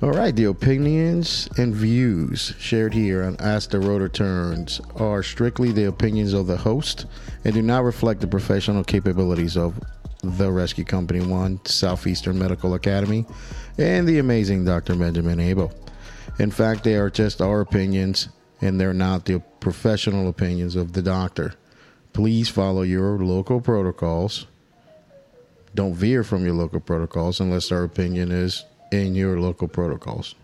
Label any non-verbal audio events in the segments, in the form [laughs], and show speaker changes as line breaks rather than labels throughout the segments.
All right, the opinions and views shared here on Ask the Rotor Turns are strictly the opinions of the host and do not reflect the professional capabilities of the Rescue Company 1, Southeastern Medical Academy, and the amazing Dr. Benjamin Abel. In fact, they are just our opinions and they're not the professional opinions of the doctor. Please follow your local protocols. Don't veer from your local protocols unless our opinion is in your local protocols.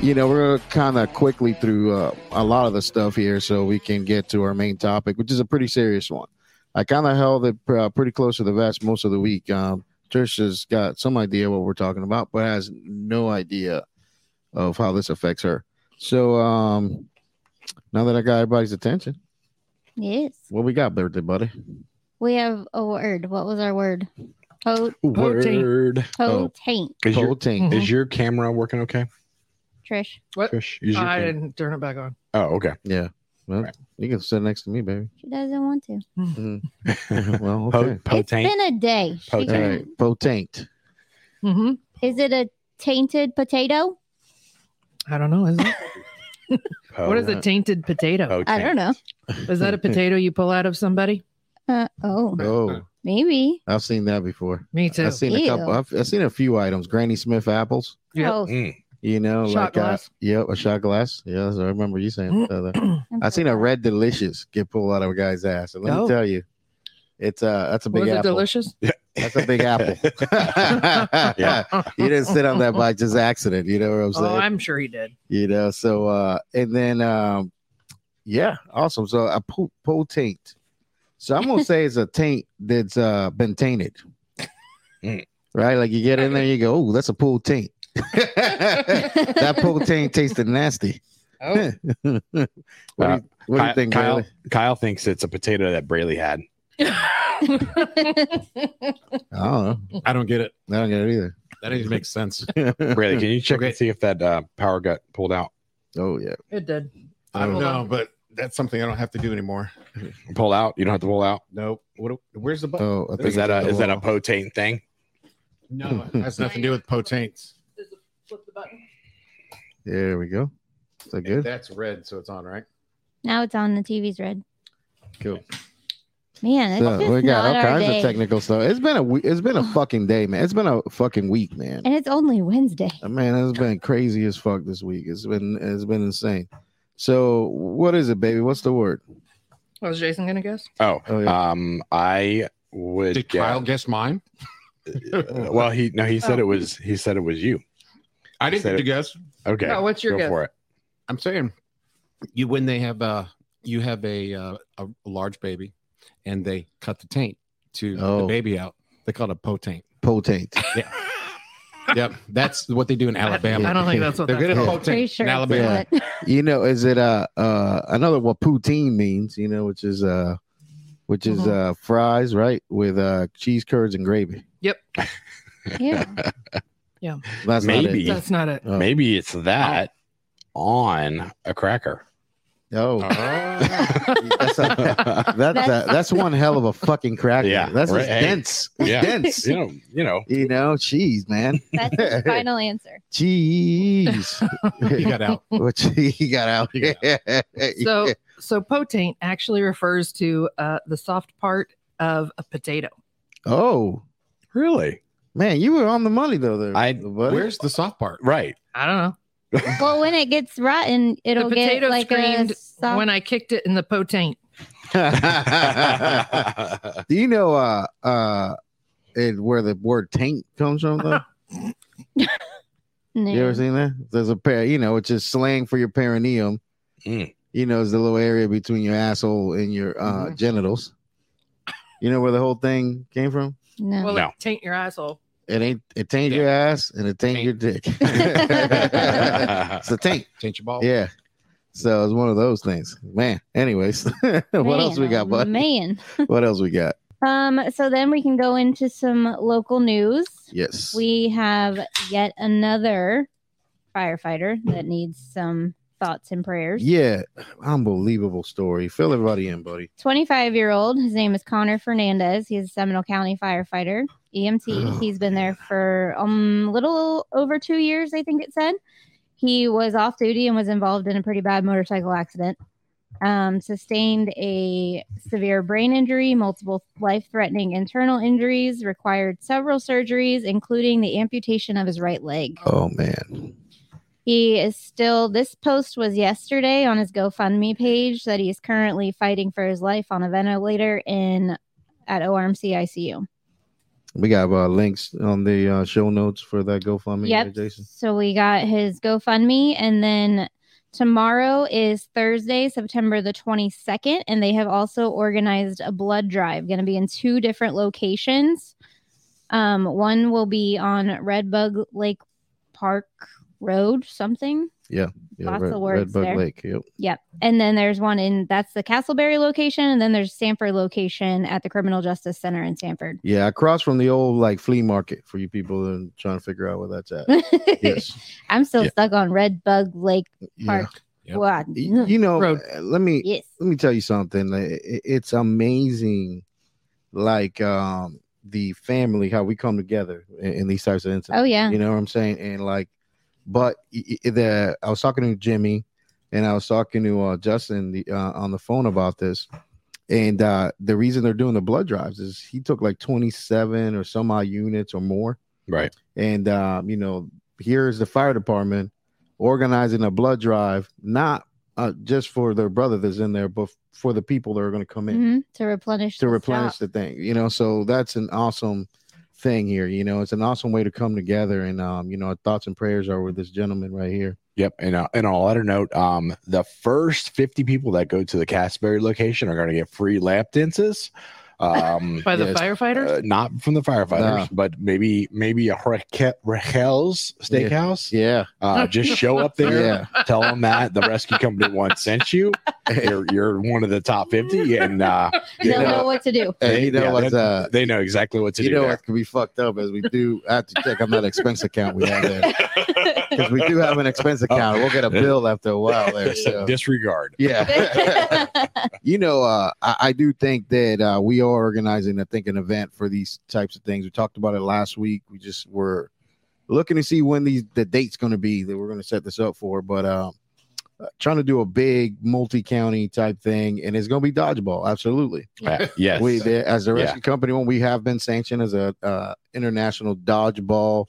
You know, we're kind of quickly through uh, a lot of the stuff here so we can get to our main topic, which is a pretty serious one. I kind of held it uh, pretty close to the vest most of the week. Um, Trish has got some idea what we're talking about, but has no idea of how this affects her. So, um, now that I got everybody's attention,
Yes.
what we got, birthday buddy?
We have a word. What was our word? Ho
Word.
Oh.
taint,
Is your,
Poting.
is your camera working okay?
Trish.
Trish? Is your
I
cam-
didn't turn it back on.
oh, okay.
Yeah. Well,
Right.
you can sit next to me,
[laughs]
baby.
She doesn't want to.
well,
Po-
okay.
It's
Potaint.
been a day. She
Potaint.
All
can't-
right. Potaint.
hmm
Is it a tainted potato?
I don't know. Is it?
Po-
what is a tainted potato?
potaint.
I don't know.
Is that a potato you pull out of somebody?
Uh, oh,
Oh,
maybe.
I've seen that before.
Me too.
I've seen a
Ew.
couple. I've, I've seen a few items. Granny Smith apples.
Yep.
Oh,
Mm.
You know,
Shot
like
glass. Mm.
A, yep, a shot glass. Yes, I remember you saying that.
I'm
I
so
seen a
[laughs] sorry.
red delicious get pulled out of a guy's ass. And let me
Oh.
tell you, it's uh that's a big
Was it
apple.
delicious?
That's
[laughs]
a big apple. [laughs]
Yeah.
You didn't sit on that by just accident. You know what I'm saying?
Oh, I'm sure he did.
you know so uh and then um yeah awesome so a po- po taint so i'm
[laughs]
gonna say it's a taint that's uh been tainted
Mm.
right like you get in there you go oh that's a pool taint
[laughs]
that pool taint tasted nasty
Oh,
what do
Uh,
you, what do you
Ky-
think
Kyle,
Bailey?
Kyle thinks it's a potato that Braley had.
i don't know
I don't get it.
i don't get it either
That didn't make sense.
[laughs]
Braley, can you check
Okay.
and see if that uh, power got pulled out?
oh yeah
it did.
[laughs] I don't
Hold
know,
on.
Um, but that's something I don't have to do anymore.
Pull out? You don't have to pull out.
Nope. What? do- Where's the button?
oh I think
Is that
it's
a
the
is that a
wall.
potaint thing?
No, it has nothing to do with potaints.
Flip the button.
there we go is that good
That's red, so it's on, right?
now it's on the TV's red.
Cool.
Man, it's
So,
just
we got all
not our
kinds
day.
of technical stuff it's been a we- it's
[sighs]
been a fucking day man it's been a fucking week man
and it's only Wednesday.
Uh, Man, it's been crazy as fuck this week. It's been it's been insane. So what is it, baby? What's the word?
Was Jason gonna guess?
Oh,
Oh, yeah.
um, I would.
Did Kyle guess mine? Uh,
guess- well, he no, he
Oh.
said it was he said it was you.
[laughs] I didn't
Said
get to
it.
guess.
Okay,
No, what's your
go
guess?
for it.
I'm saying you when they have uh you have a uh, a large baby, and they cut the taint to get
Oh.
the baby out. They call it a [laughs] potaint.
Potaint.
Yep, that's what they do in Alabama.
I don't think that's what
[laughs] They're
that's
good at
Yeah.
I'm pretty
potaint
sure
in
it's
Alabama.
Yeah.
what-
You know, is it uh uh another what poutine means, you know, which is uh which is uh fries, right? With uh cheese curds and gravy.
Yeah.
That's not it.
Maybe.
That's
[laughs]
not it.
Oh.
Maybe it's that
Oh.
on a cracker.
Oh, [laughs] that's,
[laughs]
a,
you
that's a, that's one hell of a fucking cracker.
Yeah,
that's
right,
just
hey.
dense. It's
Yeah.
dense.
know, you know.
You know, cheese, man.
That's
[laughs]
the final answer.
Cheese.
you got [laughs] out.
Which he got out. [laughs]
So, so potaint actually refers to uh, the soft part of a potato.
oh.
Really?
Man, you were on the money though. There,
I-
buddy.
Where's the soft part?
[laughs]
Right. [laughs]
I don't know.
Well, when it gets rotten, it'll get
potato
like a
screamed
soft.
When I kicked it in the potaint,
I
Do you know uh uh it, where the word taint comes from though?
No.
You ever seen that? There's a pair, you know, it's just slang for your perineum.
Mm.
You know, it's the little area between your asshole and your uh
Mhm.
genitals. You know where the whole thing came from?
No.
well,
No.
it taint your asshole.
It ain't it taint your ass and it taint, your dick. [laughs] it's a taint.
Taint your ball.
Yeah. So it's one of those things. Man, anyways. [laughs] what else we
Man,
got,
oh,
bud?
Man.
What else we got?
Um, so then we can go into some local news.
Yes.
We have yet another firefighter that needs some thoughts and prayers.
Yeah, unbelievable story. Fill everybody in, buddy.
25 year old. His name is Connor Fernandez. He's a Seminole County firefighter, EMT. He's been there for um, a little over two years, I think it said. He was off duty and was involved in a pretty bad motorcycle accident. Um, sustained a severe brain injury, multiple life threatening internal injuries, required several surgeries, including the amputation of his right leg.
Oh man,
He is still, this post was yesterday on his GoFundMe page that he's currently fighting for his life on a ventilator in at ORMC ICU.
we got uh, links on the uh, show notes for that GoFundMe,
yep.
there, Jason.
So we got his GoFundMe and then tomorrow is Thursday, September the 22nd and they have also organized a blood drive going to be in two different locations. Um one will be on Red Bug Lake Park Road something Lots of words
Red Bug
there.
Lake. Yep.
Yep. And then there's one in that's the Castleberry location, and then there's Sanford location at the Criminal Justice Center in Sanford.
Yeah, across from the old like flea market for you people and trying to figure out where that's
[laughs]
at. Yes.
I'm still
Yeah.
stuck on Red Bug Lake
yeah.
Park.
Yep.
What?
Y- You know,
Road.
uh, let me
Yes.
let me tell you something. like, i- i- It's amazing, like um the family how we come together in, in these types of incidents.
Oh yeah.
You know what I'm saying? And like, but i- i- the I was talking to Jimmy, and I was talking to uh, Justin the, uh, on the phone about this, and uh, the reason they're doing the blood drives is he took like 27 or some odd units or more,
Right.
and um, you know here's the fire department organizing a blood drive, not uh, just for their brother that's in there, but for the people that are going to come in
hmm To replenish.
to
the
replenish
stock.
the thing you know so that's an awesome thing here you know it's an awesome way to come together and um you know our thoughts and prayers are with this gentleman right here
Yep. And uh, and on a lighter note, um, the first 50 people that go to the Casbury location are going to get free lap dances. Um,
by the
yes,
[laughs] firefighters.
uh, not from the firefighters,
Nah.
but maybe maybe a Raquel, Raquel's steakhouse.
yeah
Uh, just show up there.
yeah
Tell them that the rescue company once sent you. You're you're one of the top 50, and uh,
They'll
Yeah.
know what
[laughs]
to do. [laughs]
hey, you know
yeah,
what's
they-
uh
they know exactly what [laughs] to
you
do.
know
there.
what could be fucked up as we do I have to check on that expense account we have there because we do have an expense account we'll get a bill after a while there so
Disregard.
[laughs]
yeah you know, uh, I, I do think that uh, we are organizing, I think, an event for these types of things. We talked about it last week. We just were looking to see when these the date's going to be that we're going to set this up for. But uh, uh, trying to do a big multi-county type thing, and it's going to be dodgeball. Absolutely,
Uh, yes.
we the, as the
Yeah.
rescue company, when we have been sanctioned as a uh, international dodgeball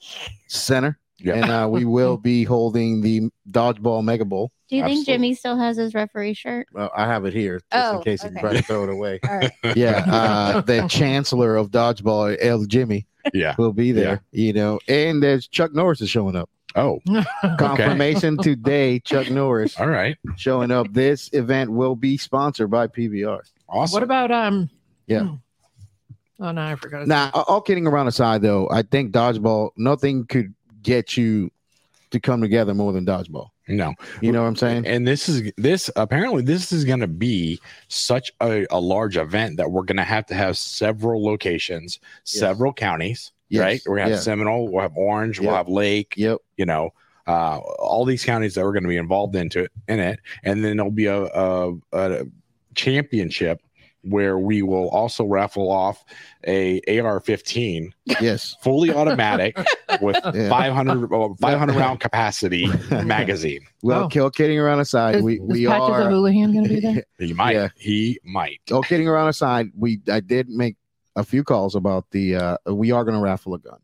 center,
Yeah.
and uh, we
[laughs]
will be holding the dodgeball mega bowl.
do you
Absolutely.
think Jimmy still has his referee shirt?
Well, I have it here just
Oh,
in case he
okay.
tries to throw it away
[laughs] All
[laughs]
right.
yeah, [laughs] uh, the chancellor of dodgeball, L. Jimmy,
yeah.
will be there. You know, and there's Chuck Norris is showing up.
Oh,
[laughs] Confirmation today: Chuck Norris
all right.
showing up. This event will be sponsored by PBR.
Awesome.
What about um?
Yeah.
hmm. Oh no, I forgot.
Now, a- all kidding around aside, though, I think dodgeball. Nothing could get you to come together more than dodgeball.
no.
You know what I'm saying?
And this is this apparently this is going to be such a, a large event that we're going to have to have several locations,
Yes.
several counties,
Yes.
right? We're going to have
Yeah.
Seminole, we'll have Orange,
Yeah.
we'll have Lake,
[laughs] Yep.
you know, uh, all these counties that we're going to be involved into it, in it, and then there'll be a, a, a championship where we will also raffle off a AR-15
Yes.
fully
[laughs]
automatic with
Yeah.
500 uh, 500
[laughs]
round capacity magazine.
Well, all kidding around aside,
Is,
we
is
we
Patches
are.
O'Houlihan going to
[laughs]
be there?
He might.
Yeah. Oh,
He might.
all kidding around aside, we I did make a few calls about the. Uh, we are going to raffle a gun.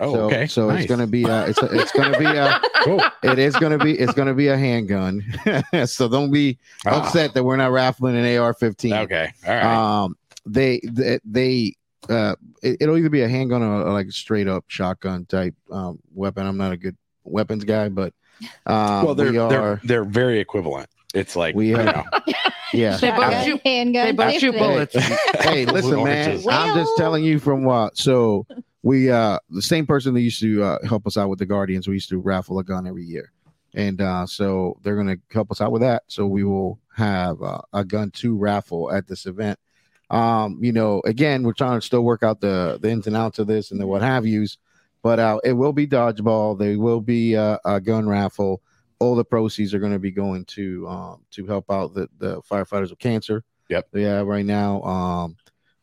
Oh,
so,
okay.
So it's gonna be a, it's a, it's gonna be
[laughs]
a,
cool.
it is gonna be it's gonna be a handgun. [laughs] so don't be upset that we're not raffling an AR-15.
Ah, Okay. All right.
Um, they they, they uh, it, it'll either be a handgun or like straight up shotgun type um weapon. I'm not a good weapons guy, but um,
well, they're,
we are
they're they're very equivalent. It's like
We
you
are-
[laughs]
know,
yeah.
They both
Gun,
shoot.
handgun,
They both shoot
pistol.
bullets.
[laughs]
hey, listen, man.
Oranges.
I'm just
Well-
telling you from what. So we uh the same person that used to uh, help us out with the Guardians, we used to raffle a gun every year, and uh so they're gonna help us out with that. So we will have uh, a gun to raffle at this event. Um, you know, again, we're trying to still work out the the ins and outs of this and the what have yous, but uh, it will be dodgeball. There will be uh, a gun raffle. all the proceeds are going to be going to um, to help out the, the firefighters with cancer.
Yep.
They have right now. Um,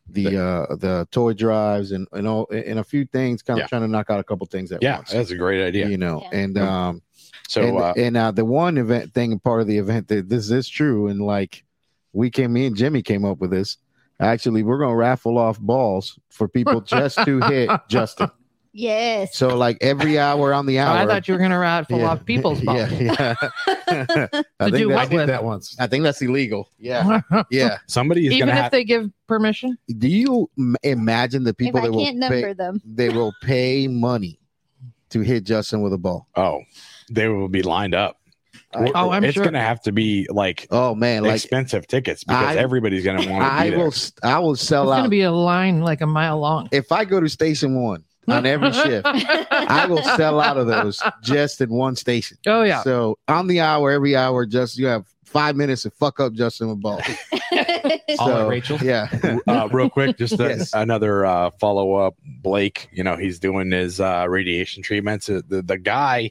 the uh, the toy drives and and all and a few things. Kind of
Yeah.
trying to knock out a couple things at
Yeah,
once.
that's a great idea. Mm-hmm.
You know,
Yeah.
and um,
So
and,
uh,
and, uh, the one event thing, part of the event that this is true, and like we came, me and Jimmy came up with this. Actually, we're gonna raffle off balls for people just to
[laughs]
hit Justin.
Yes.
So like every hour on the
Oh,
hour.
I thought you were going to ride full
Yeah.
off people's balls.
[laughs]
[laughs]
Yeah, yeah. I,
To do
think
I
that,
what?
did that once.
I think that's illegal. Yeah,
[laughs]
yeah.
somebody is
Even
going to
if
have.
they give permission,
Do you m- imagine the people
if I
that will
can't number
pay, [laughs]
them,
they will pay money to hit Justin with a ball?
oh, they will be lined up.
Oh, I'm
it's
sure.
going to have to be like,
Oh man, like
expensive tickets because
I-
everybody's going to want to
I
be there.
will, s- I will
it's
sell
going to
out.
be a line like a mile long.
if I go to station one on every
[laughs]
shift. I will sell out of those just in one station. [laughs]
Oh yeah.
So on the hour, every hour, just you have five minutes to fuck up Justin with
[laughs]
balls.
All right,
So,
Rachel.
Yeah. [laughs]
uh, real quick, just a,
Yes.
another uh, follow up. Blake, you know, he's doing his uh, radiation treatments. Uh, The, the guy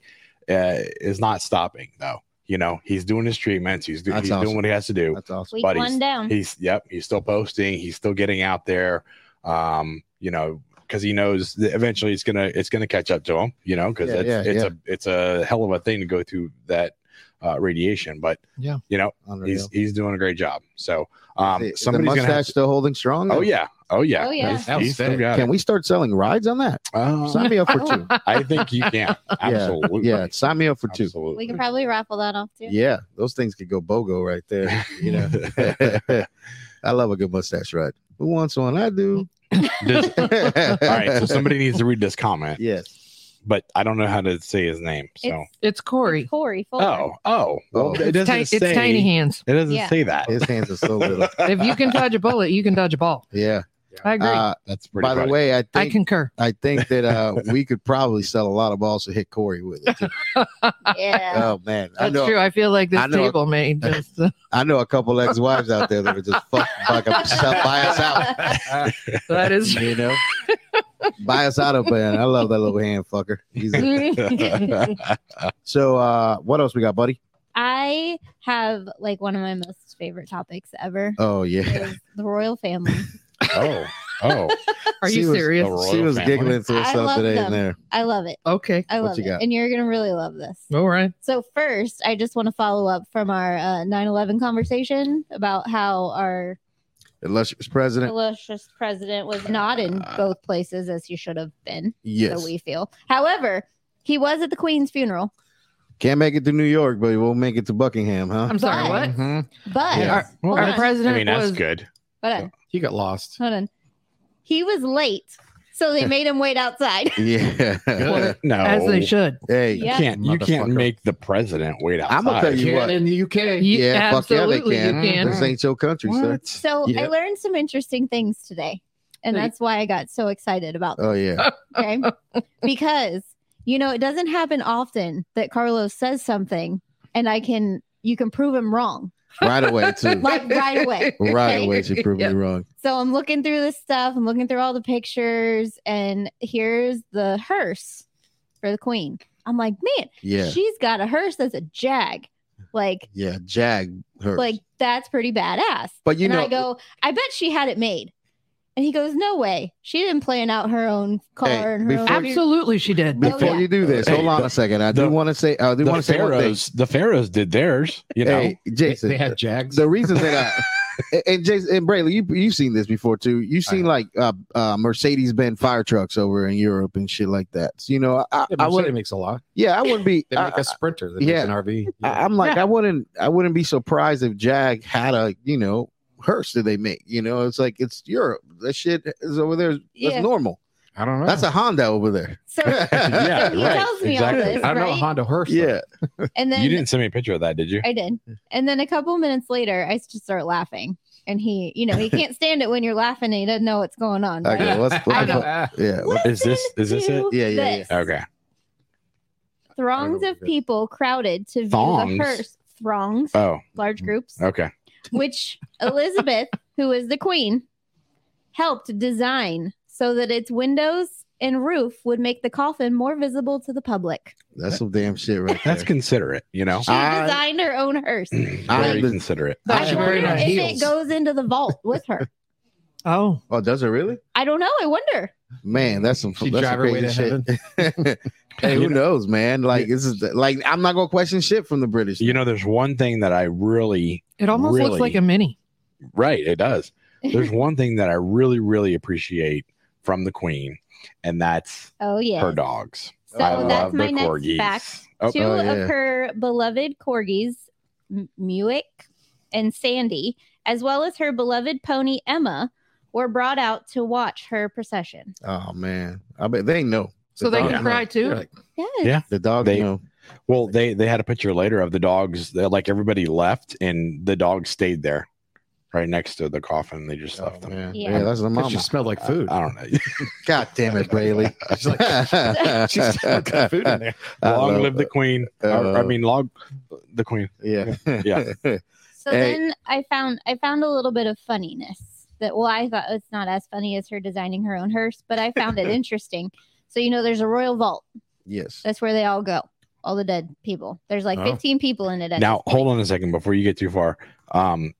uh, is not stopping though. You know, he's doing his treatments. He's, do,
That's
he's
awesome. Mm-hmm.
doing what he has to do.
That's awesome.
[laughs] Week
buddies.
one down.
He's yep. He's still posting. He's still getting out there. Um, you know, because he knows that eventually it's gonna it's gonna catch up to him. You know, because
Yeah,
it's
yeah,
it's a it's a hell of a thing to go through that uh, radiation. But
Yeah.
you know, he's
Unreal.
he's doing a great job. So um,
The- the
somebody's
mustache
gonna. Have,
still holding strong.
oh yeah, oh yeah,
Oh, yeah.
He's- he's still
Outstanding.
got it.
Can we start selling rides on that?
Uh,
[laughs] Sign me up for
[laughs]
two.
I
[laughs]
think you can. Absolutely.
Yeah, sign me up for two.
we
Absolutely. [laughs]
can probably raffle that off too.
Yeah, those things could go bogo right there. You
[laughs]
know, [laughs] I love a good mustache ride. Who wants one? I do.
Does-
All
all right. So somebody needs to read this
[laughs]
comment,
Yes.
but I don't know how to say his name. So.
It's
It's Corey.
Corey Fuller.
Oh, oh, well,
Oh.
it
It's,
doesn't
ti-
say,
it's tiny hands.
It doesn't
Yeah.
say that.
His hands are so
[laughs]
little.
If you can dodge a bullet, you can dodge a ball.
Yeah.
I agree.
Uh,
That's pretty.
by the
funny.
way, I
I
think
concur.
I think that uh, we could probably sell a lot of balls to hit Corey with it. too. [laughs]
Yeah.
Oh man, I
That's
know
true. I feel like
I
this
know-
table
[laughs]
may just. uh,
I know a couple ex-wives out there that are just fucking fucking sell- buy us out. [laughs]
[laughs]
that is.
You know, [laughs] buy us out of man. I love that little hand fucker. He's
[laughs]
a-
[laughs]
so uh, what else we got, buddy?
I have like one of my most favorite topics ever.
Oh
[laughs]
yeah,
is the royal family.
oh, oh,
Are
She
you
was-
serious?
the royal
she was
family.
giggling to
I
herself
love
today
them.
and there.
I love it.
Okay.
I
What
love
you
it.
got?
And you're going to really love this.
All right.
So first, I just want to follow up from our uh, 9/11 conversation about how our
Illustrious president.
illustrious president was not in both places as he should have been.
Ah. Yes,
So we feel. However, he was at the Queen's funeral,
can't make it to New York, but we'll make it to Buckingham, huh?
[laughs] I'm sorry.
But-
What?
Mhm.
but
Yeah.
Our,
Well,
our
that's-
president
I mean, that's
was.
good.
hold on,
He got lost.
hold on. He was late, so
[laughs]
they made him wait outside.
Yeah.
Well,
No,
As they should.
[laughs] hey,
Yeah.
You can't. You can't
Motherfucker.
make the president wait outside.
I'ma tell you
Can
what.
in the UK.
You-
yeah, fuck yeah, they
absolutely,
can.
you
This
can.
ain't your country, sir.
What?
So I
Yeah.
learned some interesting things today, and
Hey.
that's why I got so excited about
[laughs] Oh yeah,
okay? because you know it doesn't happen often that Carlos says something and I can you can prove him wrong
right away
[laughs]
too.
like right away.
Right away, she proved
Yeah.
me wrong.
So I'm looking through this stuff, I'm looking through all the pictures, and here's the hearse for the queen. I'm like, man,
Yeah,
she's got a hearse that's a jag. Like,
yeah, jag her.
like that's pretty badass.
but you
and
know,
I go, I bet she had it made. And he goes, No way. She didn't plan out her own car
Hey,
and her own
before
Absolutely, she did.
[laughs] Oh,
Before
yeah.
you do this,
Hey,
hold on
the-
a second. I
the-
do want to say I do
The
want to say one thing.
pharaohs. The pharaohs did theirs. You know.
Hey,
They,
Jason,
they had Jags.
the reason that I and Jason and Brayley, you you've seen this before too. You've
I
seen
have.
like uh, uh, Mercedes Benz fire trucks over in Europe and shit like that. So, you know, I,
Yeah,
I
Mercedes
would,
makes a lot.
yeah, I wouldn't be.
They
I,
make a sprinter. They
yeah.
make an RV.
I- I'm like,
Yeah.
I wouldn't, I wouldn't be surprised if Jag had a, you know, hearse that they make. You know, it's like it's Europe. That shit is over there. That's
Yeah.
normal.
I don't know.
That's a Honda over there.
[laughs] So
[laughs]
yeah.
He
right.
tells me all
exactly.
this.
I don't know a
right?
Honda hearse. though.
Yeah,
and then
You didn't send me a picture of that, did you?
I did. And then a couple minutes later, I just start laughing. And he, you know, he can't stand it when you're laughing and he doesn't know what's going on.
I
right?
go, what's, what
I
[laughs]
the
know.
fuck? Yeah, what-
Is this- is this
Listen
it? Yeah, yeah, yeah.
to this.
Okay.
Throngs of people crowded to view
Thongs?
the hearse. Throngs,
Oh,
large groups,
okay.
which Elizabeth, who is the queen, helped design so that its windows and roof would make the coffin more visible to the public.
That's some damn shit right there.
That's considerate, you know. [clears throat]
She
I-
designed her own hearse. Um,
Very considerate.
[laughs]
But
I
she
wonder
wearing
if
high
it
heels.
goes into the vault with her.
Oh,
oh, does it really?
I don't know. I wonder.
Man, that's some.
She
that's
drive
some
her way
crazy
to
shit. [laughs] hey,
You
who
know-
knows, man? Like this is like I'm not gonna question shit from the British.
You know, there's one thing that I really
it almost
Really?
looks like a mini.
right. It does.
[laughs]
There's one thing that I really, really appreciate from the Queen, and that's
Oh yeah.
her dogs.
So
I love
that's
the
my next
corgis.
fact.
Oh,
Two
oh, yeah.
of her beloved corgis, M- Muick and Sandy, as well as her beloved pony Emma, were brought out to watch her procession.
Oh man, I bet they know.
So
The
they
dog
can cry
know.
too.
You're like,
Yes.
Yeah.
The dog
They-
know.
Well, they they had a picture later of the dogs. That, like everybody left, and the dogs stayed there, right next to the coffin. They just
Oh,
left them.
man. Yeah.
Yeah.
that's the
"That
mama.
just smelled like food. [laughs]
I don't know. [laughs]
God damn it, Brayley.
She's like,
[laughs]
she's still got food in there.
I
long
love
live the
it.
Queen. Or, I
Uh,
mean, long the Queen.
Yeah,
Yeah.
So
Eh,
Hey.
then I found I found a little bit of funniness that well I thought oh, it's not as funny as her designing her own hearse, but I
[laughs]
found it interesting. So you know there's a royal vault.
[laughs] yes.
That's where they all go. All the dead people. There's like
Oh.
15 people in it. at
now,
this
hold
point.
on a second before you get too far. Um,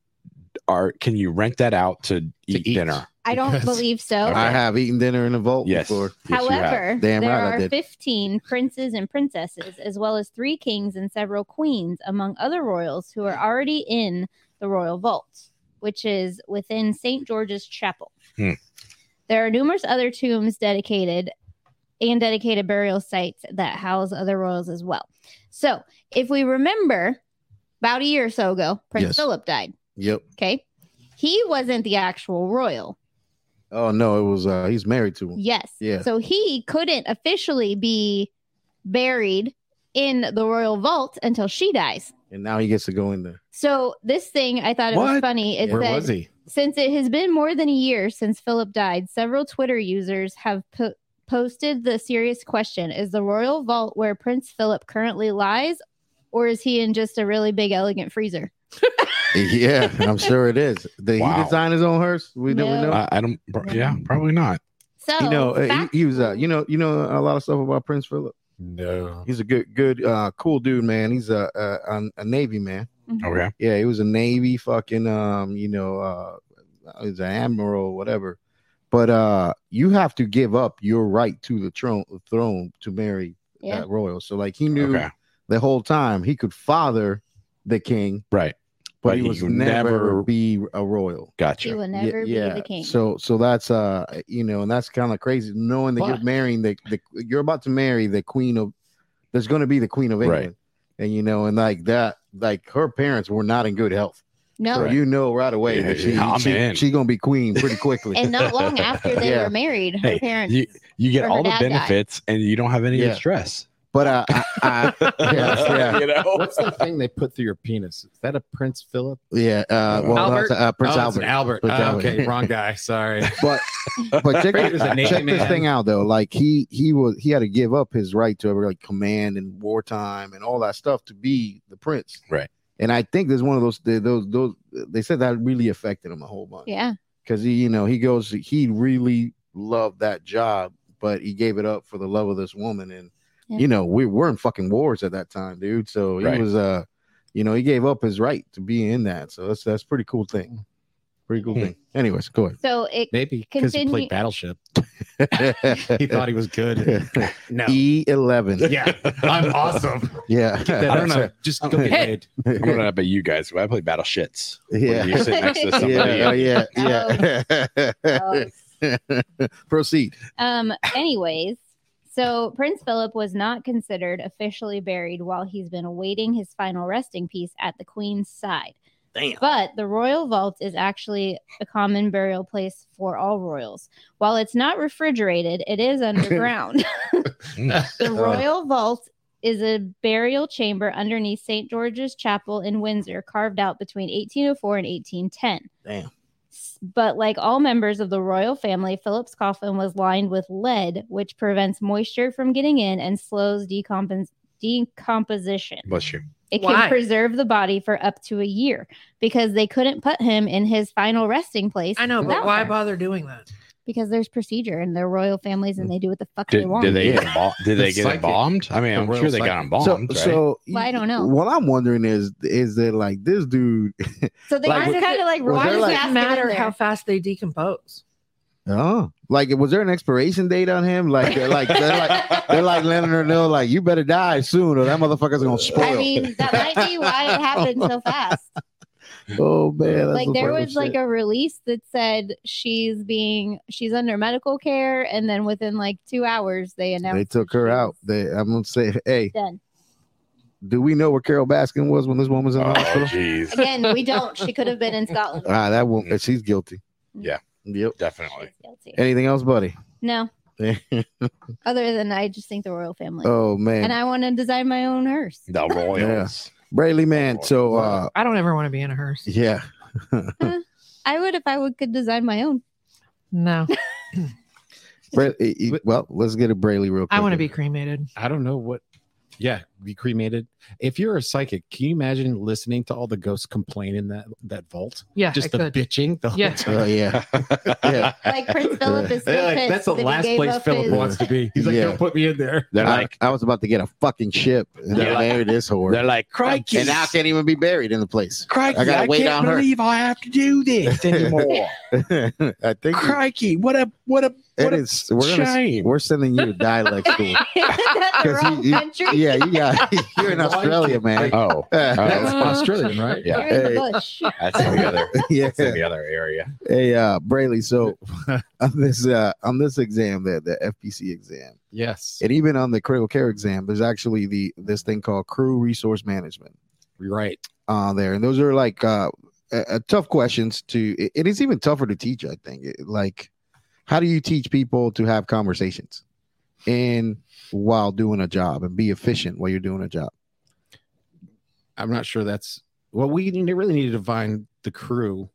are can you rent that out to, eat,
eat.
dinner?
I don't
Yes.
believe
[laughs]
so.
Okay.
I have eaten dinner in a vault
Yes.
before.
Yes, you have.
However,
Damn
there
right I
are
did.
15 princes and princesses, as well as three kings and several queens, among other royals, who are already in the royal vault, which is within St. George's Chapel.
Hmm.
There are numerous other tombs dedicated and dedicated burial sites that house other royals as well. So, if we remember, about a year or so ago, Prince
Yes.
Philip died.
Yep.
Okay. He wasn't the actual royal.
Oh no, it was. uh He's married to him.
Yes.
Yeah.
So he couldn't officially be buried in the royal vault until she dies.
and now he gets to go in there.
So this thing, I thought it was
What?
funny. It
Yeah.
Where
said,
was he?
since it has been more than a year since Philip died, several Twitter users have po- posted the serious question: Is the royal vault where Prince Philip currently lies, or is he in just a really big, elegant freezer?
yeah, I'm sure it is. Did he
Wow.
design his own hearse? We don't we
No.
know.
I, I don't. pro- Yeah, probably not.
So
you know, uh,
fact-
he, he was. Uh, you know, you know a lot of stuff about Prince Philip.
No.
He's a good, good, uh, cool dude, man. He's a a, a a Navy man.
Mhm.
Okay.
Yeah, he was a Navy fucking. Um, you know, uh, he's an admiral, whatever. But uh, you have to give up your right to the throne, throne to marry
yeah.
that royal. So like he knew
Okay.
the whole time he could father the king,
Right.
but,
But
he
he
was
would
never,
never-
be a royal.
He
Gotcha.
will
Ye-
never be the king.
So so that's uh you know, and that's kind of crazy knowing that you're
But-
marrying the, the you're about to marry the queen of there's going to be the queen of
Right.
England. And you know, and like that like her parents were not in good health. [laughs]
no,
So you know right away
Yeah,
that she,
yeah, I'm
she,
in.
she going to be queen pretty quickly.
and not long after they
Yeah.
were married, her
Hey,
parents.
you you
Or
get
her
all the
dad died.
benefits and you don't have any of
Yeah.
the stress.
but I, I,
[laughs]
I
[laughs]
yeah.
you know.
What's the thing they put through your penis? Is that a Prince Philip?
yeah, uh well
Albert?
that's, uh, Prince
Oh, it's
Albert.
an Albert.
Prince
Ah,
Albert.
okay,
[laughs]
wrong guy. Sorry.
But
[laughs]
but check,
Brady was a Navy
check this
man.
thing out though. Like he he was he had to give up his right to every like command and wartime and all that stuff to be the prince.
Right.
And I think there's one of those the- those those they said that really affected him a whole bunch
yeah.
because he you know he goes he really loved that job but he gave it up for the love of this woman and
Yeah.
you know we were in fucking wars at that time dude so he
Right.
was uh you know he gave up his right to be in that so that's that's pretty cool thing pretty cool
Hmm.
thing anyways go ahead
So
[laughs]
it
Maybe because he
Continue-
played Battleship. He thought he was good.
[laughs]
No.
E-
E11.
[laughs]
Yeah. I'm awesome.
E Yeah.
Get that
I don't
upset.
know.
Just go get
Hey.
laid.
I'm going to bet you guys. I play Battle Shits.
Yeah.
When you
[laughs]
sit next to somebody.
Yeah. Oh, yeah.
Oh.
Yeah.
[laughs] Oh.
[laughs] Proceed.
Um, anyways, so Prince Philip was not considered officially buried while he's been awaiting his final resting piece at the Queen's side.
Damn.
But the royal vault is actually a common burial place for all royals. While it's not refrigerated, it is underground. [laughs] the royal vault is a burial chamber underneath St. George's Chapel in Windsor, carved out between 1804 and 1810.
Damn.
S- But like all members of the royal family, Philip's coffin was lined with lead, which prevents moisture from getting in and slows decompos- decomposition.
Bless you.
It
Why?
can preserve the body for up to a year because they couldn't put him in his final resting place.
I know, but
without
why
her.
bother doing that?
because there's procedure and they're royal families and they do what the fuck they
Did,
want.
did they
Yeah.
get embalmed? Did they
It's
get
psychic.
embalmed? I mean,
The
I'm
royal
sure they got
psychic.
embalmed.
so,
right?
so
Well, I don't know.
What I'm wondering is, is that like this dude?
so they
Like,
just
was-
kind of like
was
Why
there,
royal
does
like-
it
casket in
matter
there.
how fast they decompose?
Oh, like was there an expiration date on him? Like they're like they're [laughs] like they're like letting her know like you better die soon or that motherfucker's gonna spoil.
I mean, that might be why it happened so fast.
oh man, that's
like
some
there
fucking
was like
shit.
a release that said she's being she's under medical care, and then within like two hours they announced
they took her
she
out.
was
They, I'm gonna say, hey,
Dead.
do we know where Carol Baskin was when this woman was in the
oh
hospital?
jeez,
Again, we don't. She could have been
[laughs]
in Scotland.
Ah, that woman, she's guilty.
Yeah.
Yep.
definitely.
She's guilty.
Anything else,
[laughs]
buddy?
No, other than I just think the royal family,
oh
and
man,
I want to design my own hearse.
The Royals.
Braley man. So uh,
I don't ever want to be in a hearse.
yeah,
I would if I would could design my
[laughs]
own.
No,
Bra- e- e-
But-
well, let's get a Braley real quick.
I want to be cremated.
I don't know what. Yeah, be cremated. If you're a psychic, can you imagine listening to all the ghosts complain in that that vault?
Yeah,
Just
I
the
could.
bitching. The whole
Yeah.
[laughs]
time.
Oh yeah, Yeah.
Like Prince Philip is so
[laughs] They're like,
pissed
that's the
that he
last
gave
place
up
Philip
his-
wants to be. He's like,
Yeah.
don't put me in there.
They're
I,
like
I was about to get a fucking ship. And
They're
then
like-
there it is, whore.
they're like crikey.
and now I can't even be buried in the
[laughs]
place.
Crikey,
I gotta
I,
wait
can't
on her.
believe I have to do
[laughs]
this anymore.
[laughs] I think
Crikey, what a what a
it
what a
is. We're gonna,
shame.
we're sending you to dialect school.
[laughs] That's the
[laughs] 'Cause
wrong
you- you-
country.
yeah, you got. [laughs] You're in
Why
Australia, man.
oh,
That's
[laughs] That's
Australian, right?
yeah.
You're in
Hey.
the
[laughs]
bush.
that's in the other
[laughs] yeah.
that's in the other [laughs] area.
Hey, uh, Braley. So [laughs] on this uh, on this exam, the the FPC exam,
Yes,
and even on the critical care exam, there's actually the this thing called crew resource management.
you're right.
uh, there, and those are like uh, uh, uh, tough questions to. It, it is even tougher to teach, I think. It- like, how do you teach people to have conversations, and while doing a job, and be efficient while you're doing a job?
I'm not sure that's well. We ne- really needed to find the crew,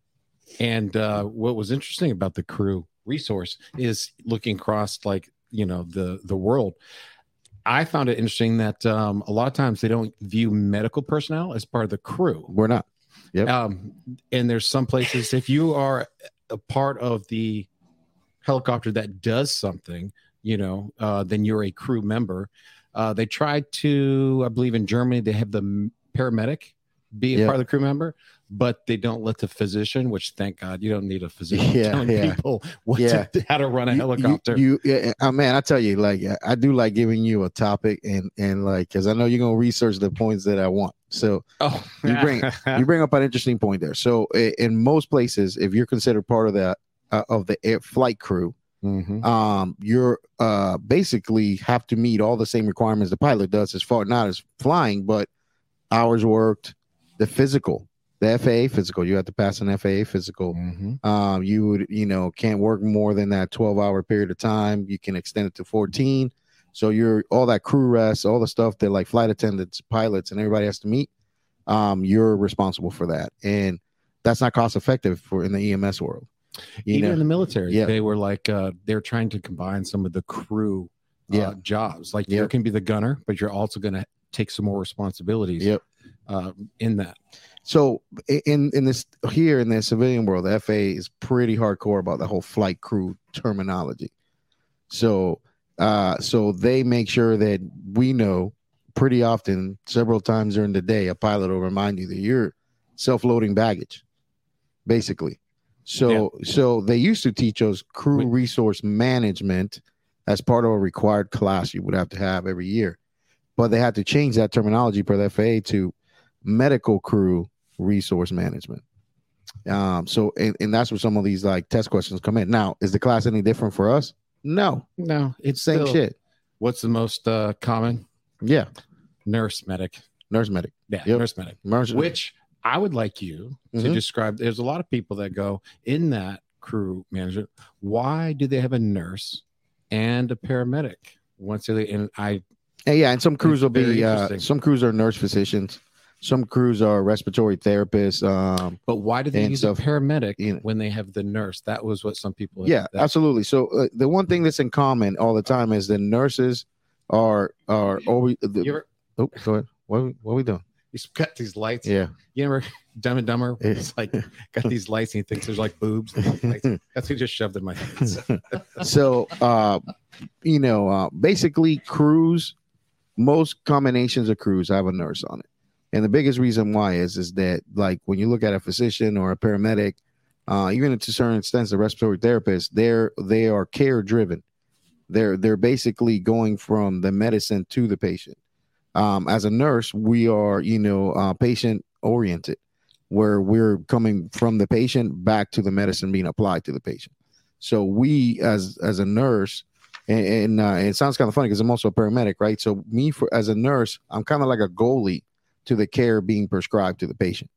and uh, what was interesting about the crew resource is looking across like you know the the world. I found it interesting that um, a lot of times they don't view medical personnel as part of the crew.
We're not. Yep.
Um, and there's some places if you are a part of the helicopter that does something, you know, uh, then you're a crew member. Uh, they tried to, I believe, in Germany, they have the m- paramedic be a
Yeah.
part of the crew member, but they don't let the physician. Which, thank God, you don't need a
[laughs]
physician [laughs]
Yeah,
telling
yeah.
people what
Yeah.
to, [laughs] how to run a
You- you-
helicopter.
You, yeah, uh, man, I tell you, like I- I do like giving you a topic, and and like because I know you're gonna research the points that I want. So
oh, [laughs]
you bring- you bring up an interesting point there. So i- in most places, if you're considered part of that uh, of the air flight crew,
Mhm.
um you're uh basically have to meet all the same requirements the pilot does as far not as flying but hours worked the physical the FAA physical you have to pass an FAA physical
Mhm.
um you would you know can't work more than that 12 hour period of time you can extend it to 14 so you're all that crew rest all the stuff that like flight attendants pilots and everybody has to meet um you're responsible for that and that's not cost effective for in the EMS world you
Even
know
in the military,
Yeah.
they were like uh, they're trying to combine some of the crew
Yeah.
uh, jobs. Like
Yep.
you can be the gunner, but you're also going to take some more responsibilities
Yep.
uh, in that.
So i- in in this here in the civilian world, the FAA is pretty hardcore about the whole flight crew terminology. So uh so they make sure that we know pretty often several times during the day a pilot will remind you that you're self-loading baggage basically. So so they used to teach us crew
We-
resource management as part of a required class you would have to have every year. But they had to change that terminology per the FAA to medical crew resource management. Um, so and, and that's where some of these like test questions come in. Now, is the class any different for us? No,
No,
it's same
still-
shit.
What's the most uh, common?
Yeah,
Nurse medic.
nurse medic,
Yeah,
Yep.
nurse medic.
nurse
Which I would like you to
Mhm.
describe. There's a lot of people that go in that crew manager. Why do they have a nurse and a paramedic? Once they and I
And yeah, and some crews will
very
be uh,
interesting.
some crews are nurse physicians, some crews are respiratory therapists. Um,
But why do they
And
use
stuff,
a paramedic
you know.
when they have the nurse? That was what some people.
yeah,
that-
absolutely. So uh, the one thing that's in common all the time is the nurses are are always. The,
you're-
oh, go ahead. What, are we- what are we doing?
He's got these lights.
Yeah.
You ever [laughs] Dumb and Dumber?
Yeah.
It's like
[laughs]
got these lights and he thinks there's like boobs. That's who just shoved in
[laughs]
my face.
so uh you know uh basically crews most combinations of crews have a nurse on it and the biggest reason why is is that like when you look at a physician or a paramedic uh even to certain extents the respiratory therapist they're they are care driven they're they're basically going from the medicine to the patient um as a nurse we are you know uh patient oriented where we're coming from the patient back to the medicine being applied to the patient so we, as as a nurse, and, and uh, it sounds kind of funny because I'm also a paramedic, right? So me, for as a nurse, I'm kind of like a goalie to the care being prescribed to the patient,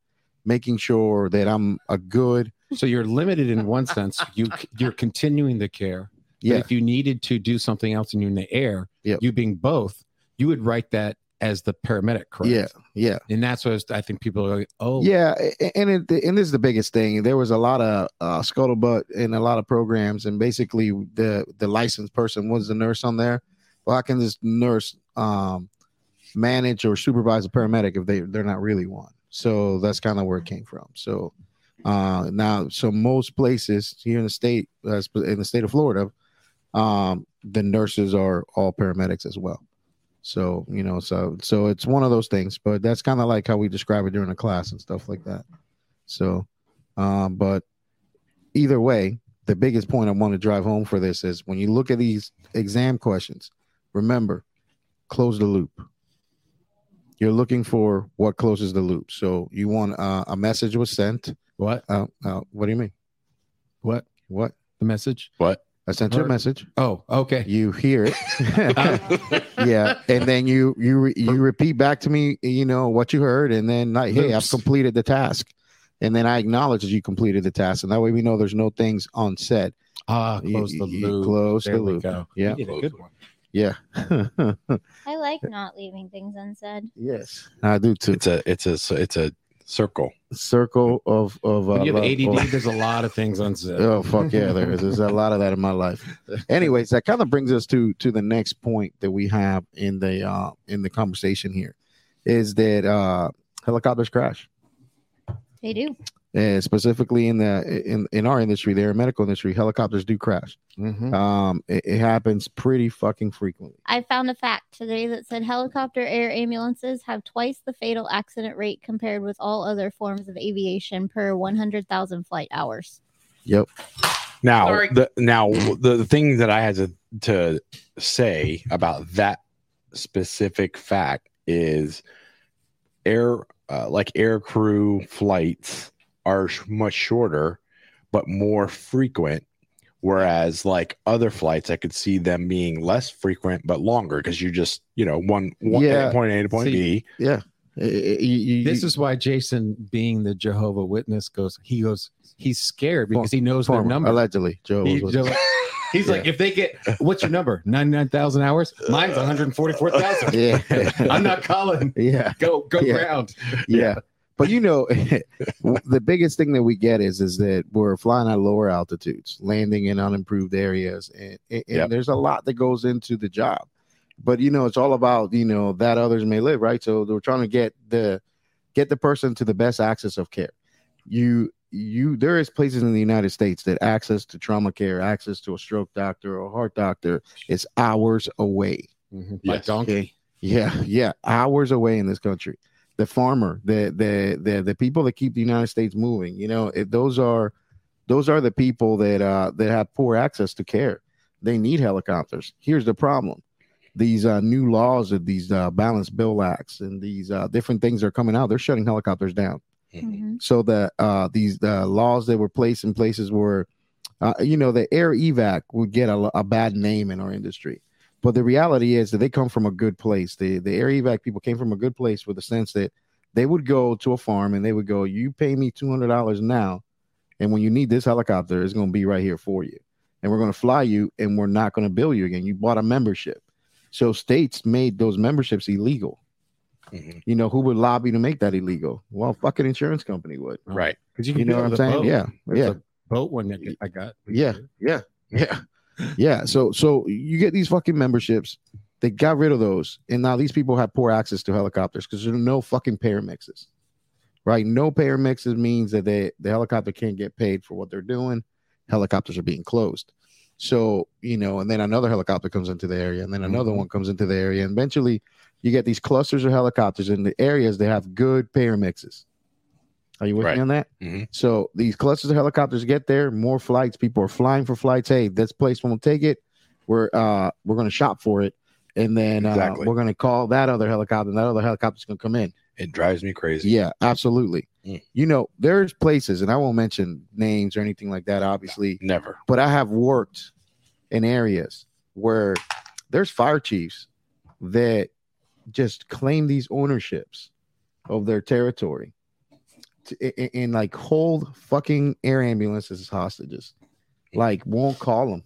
making sure that I'm a good.
So you're limited in one sense. You you're continuing the care. But
Yeah,
if you needed to do something else and you're in the air,
Yep.
you being both, you would write that as the paramedic, correct?
yeah, yeah.
And that's what I, was, I think people are like, oh,
Yeah, a- and it, and this is the biggest thing. There was a lot of uh, scuttlebutt in a lot of programs, and basically the the licensed person was the nurse on there. Well, how can this nurse um, manage or supervise a paramedic if they they're not really one? So that's kind of where it came from. So uh, now, so most places here in the state, uh, sp- in the state of Florida, um, the nurses are all paramedics as well. So you know, so so it's one of those things, but that's kind of like how we describe it during a class and stuff like that. So, um, but either way, the biggest point I want to drive home for this is when you look at these exam questions, remember, close the loop. You're looking for what closes the loop. So you want uh, a message was sent.
what?
Uh, uh, what do you mean?
What?
What?
The message?
What?
I sent you a
Heard.
message.
Oh, okay.
You hear it.
[laughs]
[laughs] yeah and then you you re- you repeat back to me you know what you heard and then like hey i've
Loops.
completed the task and then i acknowledge that you completed the task and that way we know there's no things on set
Ah,
You-
close the
you- you
loop.
close the
There we
loop
go.
yeah
You did a good one.
yeah [laughs]
I like not leaving things unsaid.
yes i do too
It's a it's a it's a circle.
circle of of uh,
When you have
love-
ADD, there's a lot of things unsaid.
Oh fuck yeah, there is. There's a lot of that in my life.
[laughs]
Anyways, that kind of brings us to to the next point that we have in the uh in the conversation here is that uh helicopters crash.
They [laughs] do.
and specifically in the in in our industry, the air medical industry, helicopters do crash.
Mhm.
Um, it, it happens pretty fucking frequently.
I found a fact today that said helicopter air ambulances have twice the fatal accident rate compared with all other forms of aviation per 100,000 flight hours.
Now,
Sorry.
the now the, the thing that I had to to say about that specific fact is air uh, like air crew flights are sh- much shorter but more frequent whereas like other flights i could see them being less frequent but longer because you just you know one, one
Yeah.
point a to point
See,
b
I- I- you- you-
This is why Jason, being the Jehovah Witness, goes. He goes. He's scared because he knows their
former,
number.
allegedly Joe.
He-
was-
[laughs] he's like, if they get what's your number? Ninety nine thousand hours. Mine's one hundred forty four
[laughs]
thousand. [laughs]
yeah,
I'm not calling.
yeah,
Go go
Yeah.
ground.
yeah. But you know, [laughs] the biggest thing that we get is is that we're flying at lower altitudes, landing in unimproved areas, and, and and
Yep.
there's a lot that goes into the job. But you know, it's all about you know that others may live, right? So we're trying to get the get the person to the best access of care. You you there is places in the United States that access to trauma care, access to a stroke doctor or a heart doctor is hours away.
Mm-hmm. My
Yes.
donkey.
Yeah, yeah, hours away in this country. The farmer, the the the the people that keep the United States moving, you know, it, those are those are the people that uh that have poor access to care. They need helicopters. Here's the problem: these uh, new laws of these uh, balanced bill acts and these uh, different things that are coming out. They're shutting helicopters down
Mm-hmm.
Mhm.
so the uh these the laws that were placed in places where uh, you know the air evac would get a, a bad name in our industry but the reality is that they come from a good place the the air evac people came from a good place with the sense that they would go to a farm and they would go you pay me $200 now and when you need this helicopter it's going to be right here for you and we're going to fly you and we're not going to bill you again you bought a membership so states made those memberships illegal
Mhm.
you know who would lobby to make that illegal well fucking insurance company would
right
Because
you know what I'm saying? Yeah,
There's
yeah,
a boat one that I got.
Yeah. yeah, yeah. So, so you get these fucking memberships, They got rid of those, and now these people have poor access to helicopters because there's no fucking paramixes, right? No paramixes means that they the helicopter can't get paid for what they're doing. Helicopters are being closed, so you know, and then another helicopter comes into the area, and then another one comes into the area, and eventually you get these clusters of helicopters in the areas that have good paramixes. Are you with
Right.
me on that?
Mhm.
So these clusters of helicopters get there, more flights. People are flying for flights. Hey, this place won't take it. We're uh we're gonna shop for it, and then uh,
Exactly.
we're gonna call that other helicopter. And that other helicopter's gonna come in.
It drives me crazy.
Yeah, absolutely.
Mm.
You know, there's places, and I won't mention names or anything like that, obviously
Never.
but I have worked in areas where there's fire chiefs that just claim these ownerships of their territory to, and, and like hold fucking air ambulances as hostages, like won't call them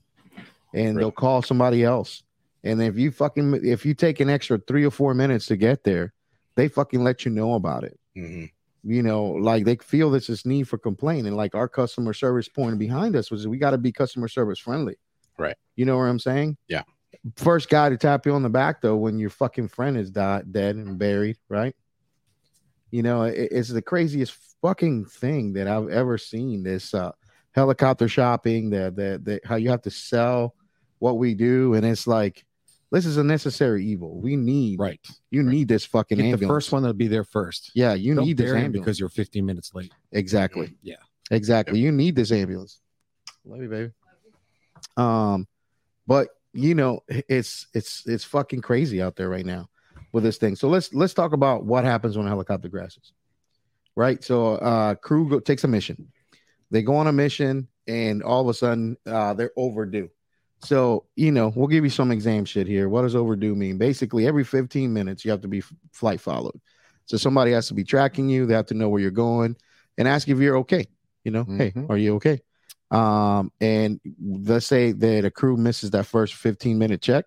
and they'll call somebody else. And if you fucking if you take an extra three or four minutes to get there, they fucking let you know about it
Mhm.
you know, like they feel there's this need for complaining. Like our customer service point behind us was we got to be customer service friendly.
Right.
You know what I'm saying?
Yeah.
First guy to tap you on the back though when your fucking friend is died, dead and buried, right? You know, it, it's the craziest fucking thing that I've ever seen. This uh, helicopter shopping, the, the the how you have to sell what we do, and it's like this is a necessary evil. We need
Right.
you
right.
need this fucking
Get
ambulance.
the first one that'll be there first.
Yeah, you
Don't
need this
bury 'em
ambulance.
because you're 15 minutes late.
Exactly.
Mm-hmm. Yeah.
Exactly. You need this ambulance. Love you, baby. Um, but you know, it's it's it's fucking crazy out there right now with this thing. So let's let's talk about what happens when a helicopter crashes. Right. So uh crew go, takes a mission. They go on a mission and all of a sudden uh they're overdue. So, you know, we'll give you some exam shit here. What does overdue mean? Basically, every 15 minutes you have to be f- flight followed. So somebody has to be tracking you, they have to know where you're going and ask if you're okay. You know, hey,
Mhm.
are you okay? Um, and let's say that a crew misses that first 15 minute check.